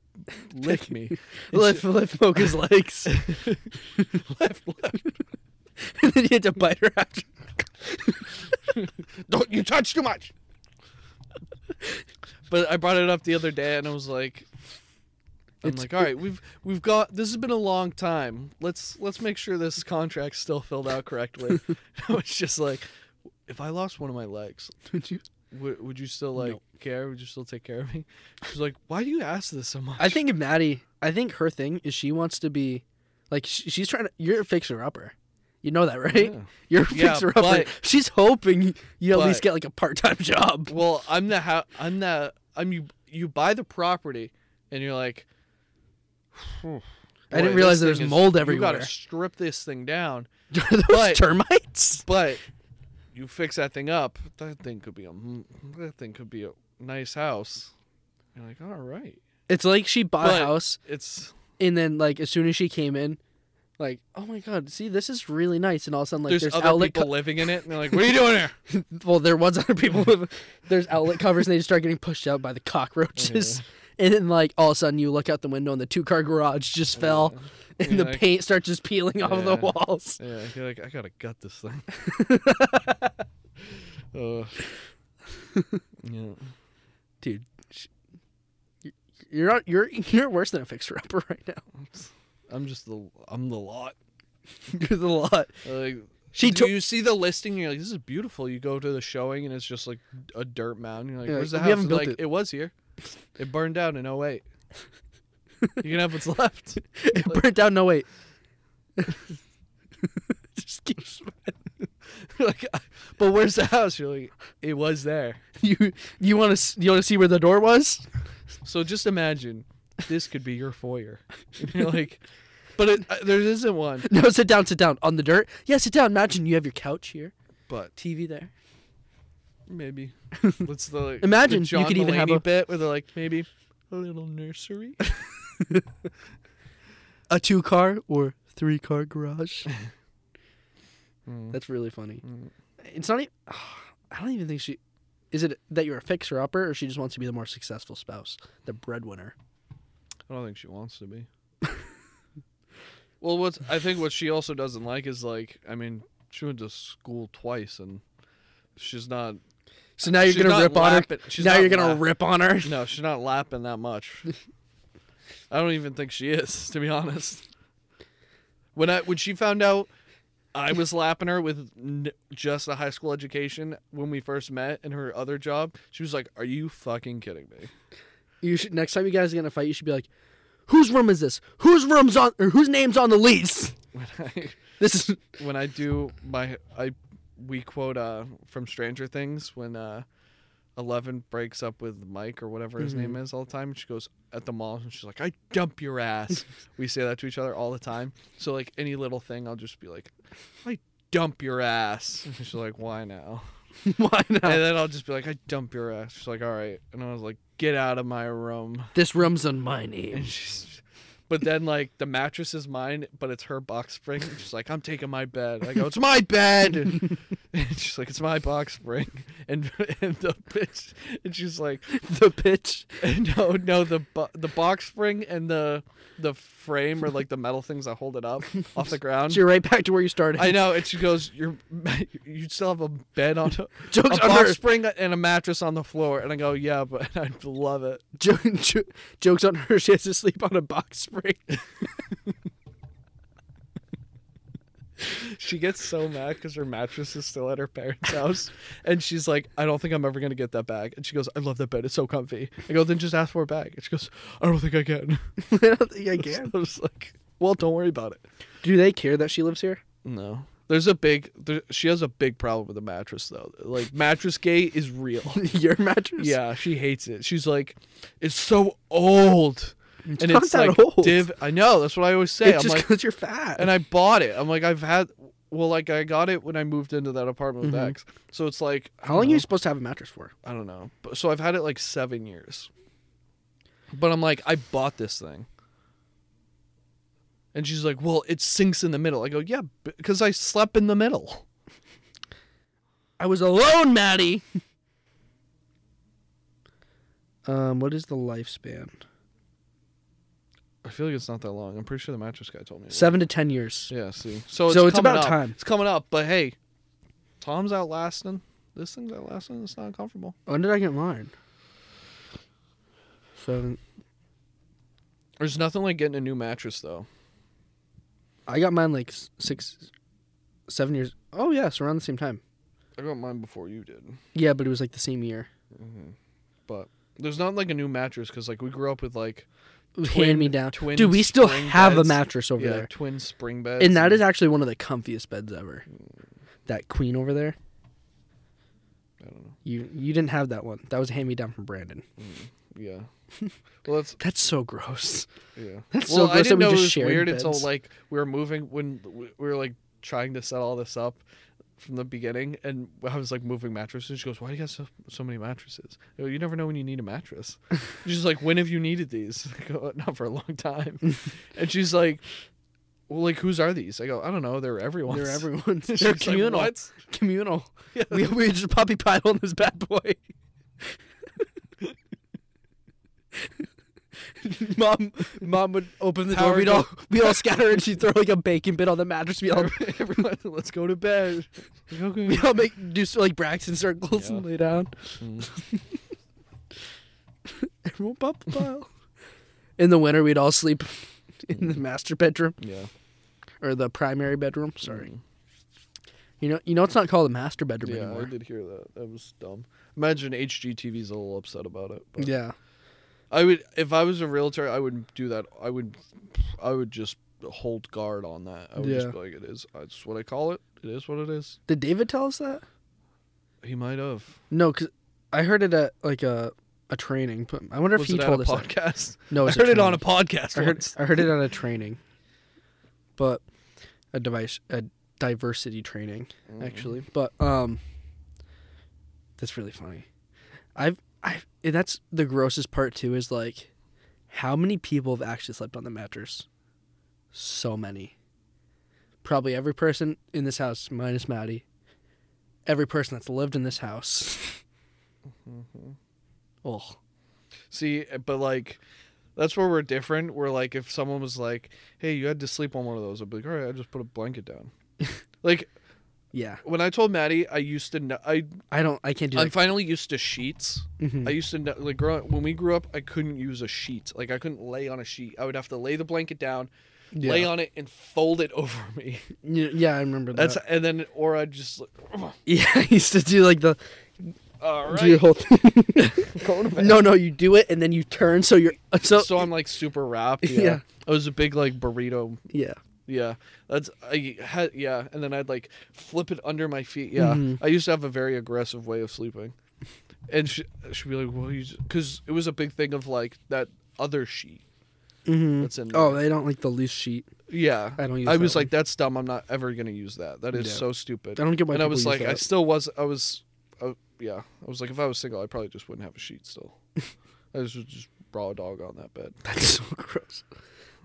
Speaker 1: lift me. And
Speaker 2: lift,
Speaker 1: she-
Speaker 2: lift Mocha's <laughs> legs.
Speaker 1: lift, lift.
Speaker 2: <laughs> and then you had to bite her after. <laughs>
Speaker 1: Don't you touch too much. but I brought it up the other day, and I was like, "I'm
Speaker 2: It's-
Speaker 1: like, all right, we've we've got this has been a long time. Let's let's make sure this contract's still filled out <laughs> correctly." I was just like, "If I lost one of my legs,
Speaker 2: Would you-
Speaker 1: would, would you still like
Speaker 2: No.
Speaker 1: care? Would you still take care of me?" She's like, "Why do you ask this so much?"
Speaker 2: I think Maddie, I think her thing is she wants to be like sh- she's trying to. You're a fixer upper. You know that, right?
Speaker 1: Yeah.
Speaker 2: You're a
Speaker 1: Yeah,
Speaker 2: fixer upper.
Speaker 1: but-
Speaker 2: she's hoping you at
Speaker 1: but-
Speaker 2: least get like a part time job. <laughs>
Speaker 1: <laughs> Well, I'm the how I'm the I'm you you buy the property and you're like
Speaker 2: I didn't
Speaker 1: "Boy,
Speaker 2: realize
Speaker 1: this
Speaker 2: there
Speaker 1: thing
Speaker 2: was mold
Speaker 1: You
Speaker 2: everywhere."
Speaker 1: gotta strip this thing down,
Speaker 2: Are those
Speaker 1: But-
Speaker 2: termites?
Speaker 1: but you fix that thing up. That thing could be a m- that thing could be a nice house. You're like, all right,
Speaker 2: It's like she bought
Speaker 1: But-
Speaker 2: a house
Speaker 1: it's
Speaker 2: and then like as soon as she came in, like oh my god, see this is really nice. And all of a sudden like
Speaker 1: there's,
Speaker 2: there's,
Speaker 1: other
Speaker 2: outlet.
Speaker 1: people living in it, and they're like, what are you doing
Speaker 2: <laughs>
Speaker 1: here?
Speaker 2: co- <laughs> well, there was <laughs> other people. with- there's outlet covers and they just start getting pushed out by the cockroaches. <laughs> And then, like all of a sudden, you look out the window and the two-car garage just fell, <laughs> and
Speaker 1: Yeah,
Speaker 2: the
Speaker 1: like-
Speaker 2: paint starts just peeling off the
Speaker 1: Yeah.
Speaker 2: walls.
Speaker 1: Yeah, you're like, I gotta gut this
Speaker 2: <laughs>
Speaker 1: thing. Ugh. yeah.
Speaker 2: dude. sh- y- You're not, you're you're worse than a fixer upper <laughs> right now.
Speaker 1: I'm just the I'm the lot.
Speaker 2: You're the lot. <laughs>
Speaker 1: Like,
Speaker 2: She
Speaker 1: do
Speaker 2: took.
Speaker 1: you see the listing? You're like, this is beautiful. You go to the showing and it's just like a dirt mound. You're like,
Speaker 2: Yeah,
Speaker 1: where's the
Speaker 2: we
Speaker 1: house?
Speaker 2: haven't
Speaker 1: And
Speaker 2: built
Speaker 1: like,
Speaker 2: it.
Speaker 1: was
Speaker 2: <laughs>
Speaker 1: here. It burned down in 08. you can have what's left. <laughs>
Speaker 2: It burnt down. No wait. <laughs> Just keep smiling.
Speaker 1: You're like, but where's the house? You're like, it was there.
Speaker 2: <laughs> You you want to you want to see where the door was?
Speaker 1: So just imagine this could be your foyer. <laughs> And you're like, but it, uh, there isn't one.
Speaker 2: No, <laughs> sit down, sit down on the dirt. Yeah, sit down. Imagine you have your couch here,
Speaker 1: But
Speaker 2: TV there. <laughs>
Speaker 1: maybe what's the like,
Speaker 2: Imagine
Speaker 1: the
Speaker 2: you
Speaker 1: John
Speaker 2: could even have
Speaker 1: Mulaney
Speaker 2: a-
Speaker 1: bit where they're like maybe a little nursery.
Speaker 2: A two car or three
Speaker 1: <laughs>
Speaker 2: car garage.
Speaker 1: Mm.
Speaker 2: That's really funny.
Speaker 1: Mm.
Speaker 2: It's not even. <sighs> I don't even think she. Is it that you're a fixer upper, or she just wants to be the more successful spouse, the breadwinner?
Speaker 1: I don't think she wants to be. well, what's I think what she also doesn't like is like I mean she went to school twice and she's not.
Speaker 2: So now you're
Speaker 1: she's
Speaker 2: gonna
Speaker 1: not
Speaker 2: rip on her.
Speaker 1: lapping- she's
Speaker 2: now
Speaker 1: not
Speaker 2: you're gonna
Speaker 1: lap-
Speaker 2: rip on her. <laughs>
Speaker 1: No, she's not lapping that much. I don't even think she is, <laughs> to be honest. When I when she found out I was lapping her with n- just a high school education when we first met in her other job, she was like, "Are you fucking kidding me?"
Speaker 2: You should next time you guys are gonna fight, you should be like, whose room is this? Whose room's on or whose name's on the lease? <laughs>
Speaker 1: When I
Speaker 2: This is <laughs>
Speaker 1: when I do my I we quote uh from Stranger Things when uh Eleven breaks up with Mike or whatever his name is all the time. She goes at the mall and she's like, "I dump your ass." we say that to each other all the time. So like any little thing, I'll just be like, "I dump your ass." And she's like, "Why now?"
Speaker 2: why
Speaker 1: And
Speaker 2: not?
Speaker 1: then I'll just be like, "I dump your ass." She's like, "All right," and I was like, "Get out of my room."
Speaker 2: This room's on my
Speaker 1: And
Speaker 2: name. <laughs>
Speaker 1: she's, but then like the mattress is mine, but it's her box spring. And she's like, I'm taking my bed. I go, it's my
Speaker 2: <laughs>
Speaker 1: bed. and she's like, it's my box spring. And and the bitch, and she's like,
Speaker 2: The bitch.
Speaker 1: no, no, the bo- the box spring and the the frame or like the metal things that hold it up off the ground.
Speaker 2: So you're right back to where you started.
Speaker 1: I know, and she goes, "You're, you still have a bed on a, a
Speaker 2: Joke's
Speaker 1: box
Speaker 2: on her.
Speaker 1: spring and a mattress on the floor." And I go, "Yeah, but <laughs> I love it."
Speaker 2: <laughs> Jo- jo- jokes on her. <laughs> She has to sleep on a box spring.
Speaker 1: She gets so mad because her mattress is still at her parents' house, and she's like, "I don't think I'm ever gonna get that back." And she goes, "I love that bed; it's so comfy." I go, "Then just ask for it back." And she goes, "I don't think I can."
Speaker 2: <laughs>
Speaker 1: <laughs>
Speaker 2: I don't think I
Speaker 1: So
Speaker 2: can.
Speaker 1: I was like, "Well, don't worry about it."
Speaker 2: Do they care that she lives here? <laughs>
Speaker 1: No, there's a big. There, she has a big problem with the mattress though. Like mattress gate is
Speaker 2: <laughs>
Speaker 1: real.
Speaker 2: Your mattress. <laughs>
Speaker 1: yeah, she hates it. She's like, "It's so old,"
Speaker 2: It's
Speaker 1: and
Speaker 2: not
Speaker 1: it's
Speaker 2: that
Speaker 1: like
Speaker 2: old.
Speaker 1: div. I know that's what I always say.
Speaker 2: it's
Speaker 1: I'm
Speaker 2: just
Speaker 1: like,
Speaker 2: because you're fat.
Speaker 1: and I bought it. I'm like, I've had, well, like I got it when I moved into that apartment with
Speaker 2: Mhm.
Speaker 1: X. So it's like, I
Speaker 2: How
Speaker 1: don't
Speaker 2: long are you
Speaker 1: know.
Speaker 2: supposed to have a mattress for?
Speaker 1: I don't know. But, so I've had it like seven years. But I'm like, I bought this thing. And she's like, well, it sinks in the middle. I go, yeah, because I slept in the middle.
Speaker 2: I was alone, Maddie. <laughs> um, what is the lifespan?
Speaker 1: I feel like it's not that long. I'm pretty sure the mattress guy told me. it was.
Speaker 2: Seven to ten years.
Speaker 1: Yeah, see. So it's,
Speaker 2: So it's
Speaker 1: coming
Speaker 2: about
Speaker 1: up.
Speaker 2: time.
Speaker 1: It's coming up, but hey, Tom's outlasting. This thing's outlasting. It's not comfortable.
Speaker 2: When did I get mine? Seven.
Speaker 1: There's nothing like getting a new mattress, though.
Speaker 2: I got mine like s- six, seven years. Oh yeah, so around the same time.
Speaker 1: I got mine before you did.
Speaker 2: Yeah, but it was like the same year.
Speaker 1: But there's not like a new mattress because like we grew up with like
Speaker 2: Hand
Speaker 1: Twin-
Speaker 2: me down,
Speaker 1: twin
Speaker 2: dude. We still
Speaker 1: spring
Speaker 2: have
Speaker 1: beds.
Speaker 2: a mattress over
Speaker 1: yeah
Speaker 2: there,
Speaker 1: twin spring beds,
Speaker 2: and that is actually one of the comfiest beds ever. That queen over there.
Speaker 1: I don't know.
Speaker 2: You you didn't have that one. That was a hand me down from Brandon.
Speaker 1: Yeah. Well, that's
Speaker 2: That's so gross. <laughs>
Speaker 1: yeah.
Speaker 2: That's
Speaker 1: well,
Speaker 2: so
Speaker 1: I
Speaker 2: gross that
Speaker 1: didn't
Speaker 2: we
Speaker 1: know
Speaker 2: just
Speaker 1: it was
Speaker 2: shared
Speaker 1: weird until
Speaker 2: beds.
Speaker 1: like we were moving when we we were like trying to set all this up from the beginning, and I was like moving mattresses. And she goes, "Why do you got so, so many mattresses?" I go, you never know when you need a
Speaker 2: <laughs>
Speaker 1: mattress. she's like, "When have you needed these?" <laughs> I go, "Not for a long time,"
Speaker 2: <laughs>
Speaker 1: and she's like. Well, like whose are these? I go, I don't know. They're everyone's.
Speaker 2: They're
Speaker 1: <laughs>
Speaker 2: everyone's.
Speaker 1: She's
Speaker 2: They're
Speaker 1: like,
Speaker 2: communal.
Speaker 1: "What?"
Speaker 2: communal.
Speaker 1: <laughs> Yeah.
Speaker 2: We we just puppy pile on this bad
Speaker 1: <laughs>
Speaker 2: boy. <laughs> mom, mom would open the door.
Speaker 1: Howard <laughs>
Speaker 2: We'd all we all scatter, and she'd throw like a bacon bit on the mattress. We all
Speaker 1: <laughs> Everyone, let's go to
Speaker 2: <laughs>
Speaker 1: bed. Like, okay.
Speaker 2: we all make do s- like Braxton circles and
Speaker 1: Yeah.
Speaker 2: lay down.
Speaker 1: Mm.
Speaker 2: Everyone puppy pile. In the winter, we'd all sleep in the master bedroom
Speaker 1: Yeah.
Speaker 2: or the primary bedroom. Sorry, you know you know it's not called a master
Speaker 1: <laughs>
Speaker 2: bedroom
Speaker 1: Mm. Yeah, I
Speaker 2: anymore.
Speaker 1: did hear that. That was dumb. Imagine HGTV's a little upset about it. But
Speaker 2: Yeah,
Speaker 1: I would, if I was a realtor, I would do that. I would, I would just hold guard on that. I would
Speaker 2: Yeah.
Speaker 1: just be like, it is. uh, It's what I call it. It is what it is.
Speaker 2: did David tell us that?
Speaker 1: He might have.
Speaker 2: No, because I heard it at like a a training. But I wonder if
Speaker 1: Was
Speaker 2: he
Speaker 1: it at
Speaker 2: told
Speaker 1: a
Speaker 2: us. <laughs> that.
Speaker 1: podcast? I
Speaker 2: No,
Speaker 1: <laughs>
Speaker 2: was
Speaker 1: heard it on a
Speaker 2: training.
Speaker 1: podcast
Speaker 2: I heard
Speaker 1: once. <laughs>
Speaker 2: I heard it at a training, but a device a diversity training
Speaker 1: Mm.
Speaker 2: actually. But um, that's really funny. I've I that's the grossest part too is like, how many people have actually slept on the mattress? So many. Probably every person in this house minus Maddie. Every person that's lived in this house.
Speaker 1: Mm-hmm.
Speaker 2: Oh.
Speaker 1: See, but like, that's where we're different. We're like, if someone was like, "Hey, you had to sleep on one of those," I'd be like, "All right, I just put a blanket
Speaker 2: <laughs>
Speaker 1: down." like
Speaker 2: Yeah,
Speaker 1: when I told Maddie, I used to, kn- I
Speaker 2: I don't. I can't do
Speaker 1: I'm
Speaker 2: that.
Speaker 1: finally used to sheets.
Speaker 2: Mhm.
Speaker 1: I used to kn- like grow when we grew up. I couldn't use a sheet. Like I couldn't lay on a sheet. I would have to lay the blanket down, lay
Speaker 2: Yeah.
Speaker 1: on it, and fold it <laughs> over me.
Speaker 2: Y- Yeah, I remember that.
Speaker 1: That's and then or I just like,
Speaker 2: yeah, <laughs> I used to do like the
Speaker 1: all
Speaker 2: do your
Speaker 1: right.
Speaker 2: whole
Speaker 1: <laughs>
Speaker 2: thing. no, no, you do it and then you turn so you're uh, so,
Speaker 1: So I'm like super wrapped. Yeah.
Speaker 2: <laughs> Yeah.
Speaker 1: I was a big like burrito.
Speaker 2: yeah.
Speaker 1: Yeah, that's I had yeah, and then I'd like flip it under my feet. Yeah,
Speaker 2: Mhm.
Speaker 1: I used to have a very aggressive way of sleeping, and she she'd be like, "Well, you," because it was a big thing of like that other sheet
Speaker 2: Mm-hmm.
Speaker 1: that's in. There.
Speaker 2: Oh, they don't like the loose sheet.
Speaker 1: Yeah,
Speaker 2: I don't use
Speaker 1: I
Speaker 2: that
Speaker 1: was
Speaker 2: one.
Speaker 1: like, "That's dumb. I'm not ever gonna use that. That is
Speaker 2: Yeah.
Speaker 1: so stupid."
Speaker 2: I don't get why
Speaker 1: and I
Speaker 2: people
Speaker 1: was
Speaker 2: use
Speaker 1: like, I
Speaker 2: <laughs> that.
Speaker 1: still was. I was, uh, yeah. I was like, if I was single, I probably just wouldn't have a sheet still.
Speaker 2: <laughs>
Speaker 1: I just would just raw dog on that bed.
Speaker 2: That's so gross.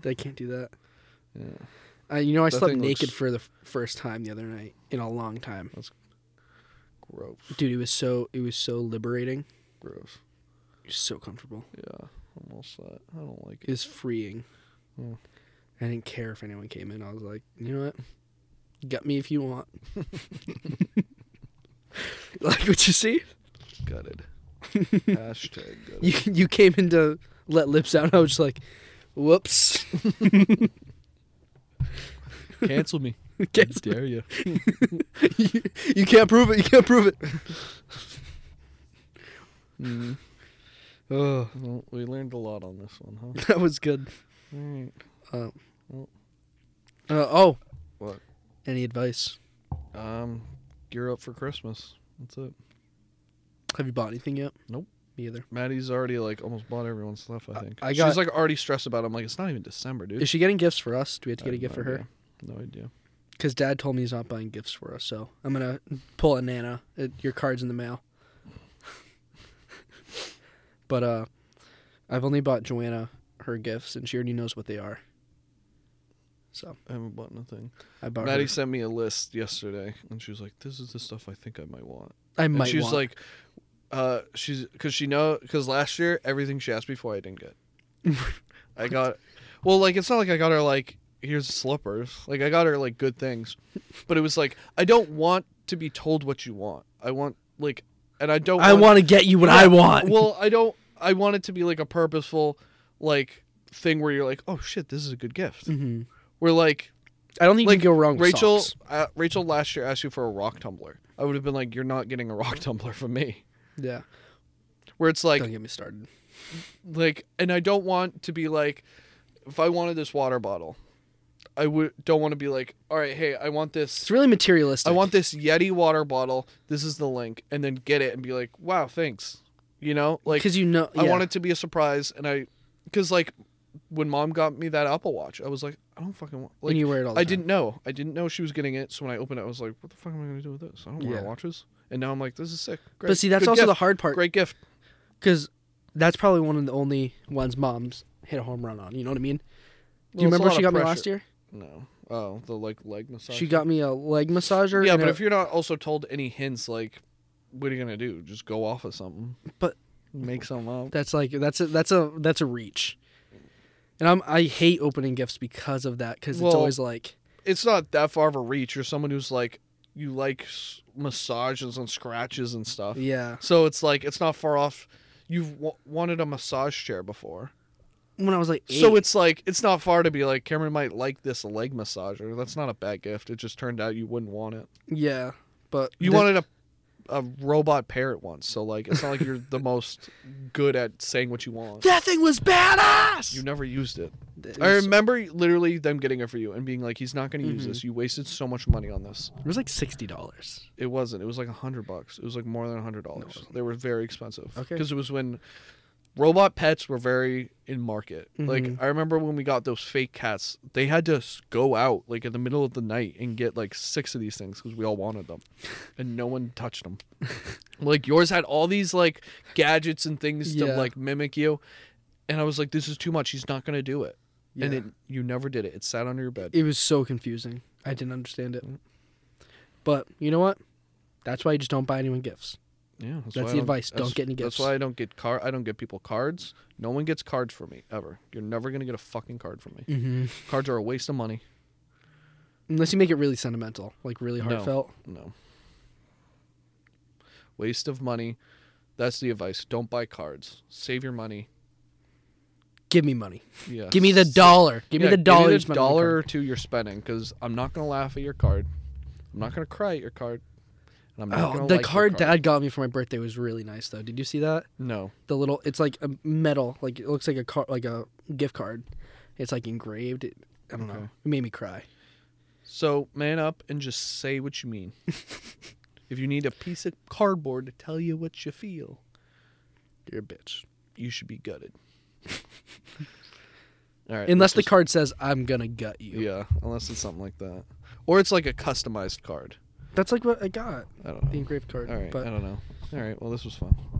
Speaker 2: They can't do that.
Speaker 1: Yeah,
Speaker 2: Uh, you know, I
Speaker 1: That
Speaker 2: slept
Speaker 1: thing
Speaker 2: naked
Speaker 1: looks-
Speaker 2: for the f- first time the other night in a long time,
Speaker 1: gross,
Speaker 2: dude. It was so it was so liberating.
Speaker 1: gross.
Speaker 2: It was so comfortable.
Speaker 1: Yeah, almost that. I don't like it.
Speaker 2: It was freeing.
Speaker 1: Hmm.
Speaker 2: I didn't care if anyone came in. I was like, you know what? Get me if you want. <laughs> like what you see?
Speaker 1: <laughs> Gutted. Hashtag gutted.
Speaker 2: You you came in to let lips out. And I was just like, whoops. <laughs>
Speaker 1: <laughs> Cancel me. How
Speaker 2: Cancel.
Speaker 1: dare you?
Speaker 2: you, <laughs> you can't prove it. You can't prove it.
Speaker 1: Mm.
Speaker 2: Oh,
Speaker 1: Well, we learned a lot on this one, huh?
Speaker 2: <laughs> that was good.
Speaker 1: All right.
Speaker 2: Um,
Speaker 1: Well.
Speaker 2: uh, oh,
Speaker 1: What?
Speaker 2: Any advice?
Speaker 1: Um, gear up for Christmas. That's it.
Speaker 2: Have you bought anything yet?
Speaker 1: Nope.
Speaker 2: Me either.
Speaker 1: Maddie's already like almost bought everyone's stuff. I
Speaker 2: I-
Speaker 1: think
Speaker 2: I
Speaker 1: she's
Speaker 2: got-
Speaker 1: like already stressed about. It. I'm like, it's not even December, dude.
Speaker 2: Is she getting gifts for us? Do we have
Speaker 1: I
Speaker 2: to get a
Speaker 1: have
Speaker 2: gift
Speaker 1: no
Speaker 2: for her?
Speaker 1: idea. No idea.
Speaker 2: Because Dad told me he's not buying gifts for us, so I'm gonna pull a Nana. <laughs> It, your card's in the mail. but uh, I've only bought Joanna her gifts, and she already knows what they are. So
Speaker 1: I haven't bought nothing.
Speaker 2: I bought.
Speaker 1: Maddie
Speaker 2: her-
Speaker 1: sent me a list yesterday, and she was like, "This is the stuff I think I might want."
Speaker 2: I
Speaker 1: And
Speaker 2: might.
Speaker 1: she was
Speaker 2: want-
Speaker 1: like, "Uh, she's because she know because last year everything she asked me for I didn't
Speaker 2: <laughs>
Speaker 1: get. I got, well, like it's not like I got her like here's slippers. Like I got her like good things, but it was like I don't want to be told what you want. I want like, and I don't.
Speaker 2: I want to get you what I
Speaker 1: Yeah,
Speaker 2: want.
Speaker 1: Well, I don't. I want it to be like a purposeful, like thing where you're like, oh shit, this is a good gift.
Speaker 2: Mhm.
Speaker 1: Where like
Speaker 2: I don't think
Speaker 1: like
Speaker 2: you can go wrong. With
Speaker 1: Rachel,
Speaker 2: socks.
Speaker 1: uh, Rachel last year asked you for a rock tumbler. I would have been like, you're not getting a rock <laughs> tumbler from me.
Speaker 2: Yeah.
Speaker 1: Where it's like,
Speaker 2: don't get me started.
Speaker 1: like, and I don't want to be like, if I wanted this water bottle, I would don't want to be like, all right, hey, I want this.
Speaker 2: It's really materialistic.
Speaker 1: I want this Yeti water bottle. This is the link, and then get it and be like, wow, thanks. You know, like
Speaker 2: because you know.
Speaker 1: I
Speaker 2: yeah.
Speaker 1: want it to be a surprise, and I, because like, when mom got me that Apple Watch, I was like, I don't fucking want. Like,
Speaker 2: and you wear it all. The
Speaker 1: I
Speaker 2: time.
Speaker 1: didn't know. I didn't know she was getting it. So when I opened it, I was like, "What the fuck am I gonna do with this? I don't wear
Speaker 2: Yeah.
Speaker 1: watches." And now I'm like, "This is sick." Great.
Speaker 2: But see, that's
Speaker 1: Good
Speaker 2: also the
Speaker 1: gift.
Speaker 2: hard part
Speaker 1: great gift.
Speaker 2: because that's probably one of the only ones moms hit a home run on. You know what I mean? Do
Speaker 1: Well,
Speaker 2: you
Speaker 1: it's a
Speaker 2: remember
Speaker 1: lot
Speaker 2: she
Speaker 1: of
Speaker 2: got me
Speaker 1: pressure.
Speaker 2: last year?
Speaker 1: No. Oh, the like leg massage.
Speaker 2: She got me a leg massager.
Speaker 1: Yeah,
Speaker 2: and
Speaker 1: but
Speaker 2: a-
Speaker 1: if you're not also told any hints, like, what are you gonna do? Just go off of something.
Speaker 2: But-
Speaker 1: make something up.
Speaker 2: That's like that's a that's a that's a reach. And I'm I hate opening gifts because of that because
Speaker 1: Well-
Speaker 2: it's always like
Speaker 1: It's not that far of a reach. You're someone who's like, you like s- massages and scratches and stuff.
Speaker 2: yeah.
Speaker 1: So it's like it's not far off. You've w- wanted a massage chair before.
Speaker 2: When I was like eight,
Speaker 1: So it's like it's not far to be like Cameron might like this leg massager. That's not a bad gift. It just turned out you wouldn't want it.
Speaker 2: yeah, but
Speaker 1: You
Speaker 2: the-
Speaker 1: wanted a a robot parrot once, so like it's not like you're the <laughs> most good at saying what you want.
Speaker 2: that thing was badass.
Speaker 1: You never used it.
Speaker 2: It
Speaker 1: I
Speaker 2: was-
Speaker 1: remember literally them getting it for you and being like, "He's not going to use
Speaker 2: Mhm.
Speaker 1: this. You wasted so much money on this."
Speaker 2: it was like sixty dollars.
Speaker 1: It wasn't. It was like a hundred bucks. It was like more than a hundred dollars. They were very expensive.
Speaker 2: Okay.
Speaker 1: Because it was when robot pets were very in market. Like
Speaker 2: Mhm.
Speaker 1: I remember when we got those fake cats, they had to s- go out like in the middle of the night and get like six of these things because we all wanted
Speaker 2: <laughs>
Speaker 1: them, and no one touched them. like yours had all these like gadgets and things to
Speaker 2: Yeah.
Speaker 1: like mimic you, and I was like, this is too much. He's not gonna do it. And
Speaker 2: Yeah.
Speaker 1: it you never did it. It sat under your bed.
Speaker 2: It was so confusing. I didn't understand
Speaker 1: Mm.
Speaker 2: it. But you know what? That's why you just don't buy anyone gifts.
Speaker 1: Yeah, that's,
Speaker 2: That's
Speaker 1: why I
Speaker 2: the advice. Don't
Speaker 1: that's-
Speaker 2: get any gifts.
Speaker 1: That's why I don't get car. I don't get people cards. No one gets cards from me ever. You're never gonna get a fucking card from
Speaker 2: <laughs>
Speaker 1: me.
Speaker 2: Mm-hmm.
Speaker 1: Cards are a waste of money.
Speaker 2: Unless you make it really sentimental, like really
Speaker 1: No.
Speaker 2: heartfelt.
Speaker 1: No. Waste of money. That's the advice. Don't buy cards. Save your money.
Speaker 2: Give me money.
Speaker 1: Yeah.
Speaker 2: Give me the dollar. Give
Speaker 1: Yeah,
Speaker 2: me the dollar. you
Speaker 1: Give me the
Speaker 2: spent on the
Speaker 1: dollar or two you're spending, because I'm not gonna laugh at your card. I'm not gonna cry at your card. And I'm not
Speaker 2: Oh,
Speaker 1: gonna
Speaker 2: the
Speaker 1: like your
Speaker 2: card Dad got me for my birthday was really nice, though. Did you see that?
Speaker 1: No.
Speaker 2: The little, it's like a metal, like it looks like a card, like a gift card. It's like engraved. It, I don't
Speaker 1: Okay.
Speaker 2: know. It made me cry.
Speaker 1: So man up and just say what you mean. if you need a piece of cardboard to tell you what you feel,
Speaker 2: You're a bitch.
Speaker 1: you should be gutted. <laughs> All right.
Speaker 2: <laughs> Unless the
Speaker 1: this
Speaker 2: card says I'm gonna gut
Speaker 1: is-
Speaker 2: you.
Speaker 1: yeah, unless it's something like that, or it's like a customized card.
Speaker 2: That's like what I got,
Speaker 1: I don't know.
Speaker 2: the engraved card.
Speaker 1: All right, I
Speaker 2: but
Speaker 1: don't know. All right, well, this was fun.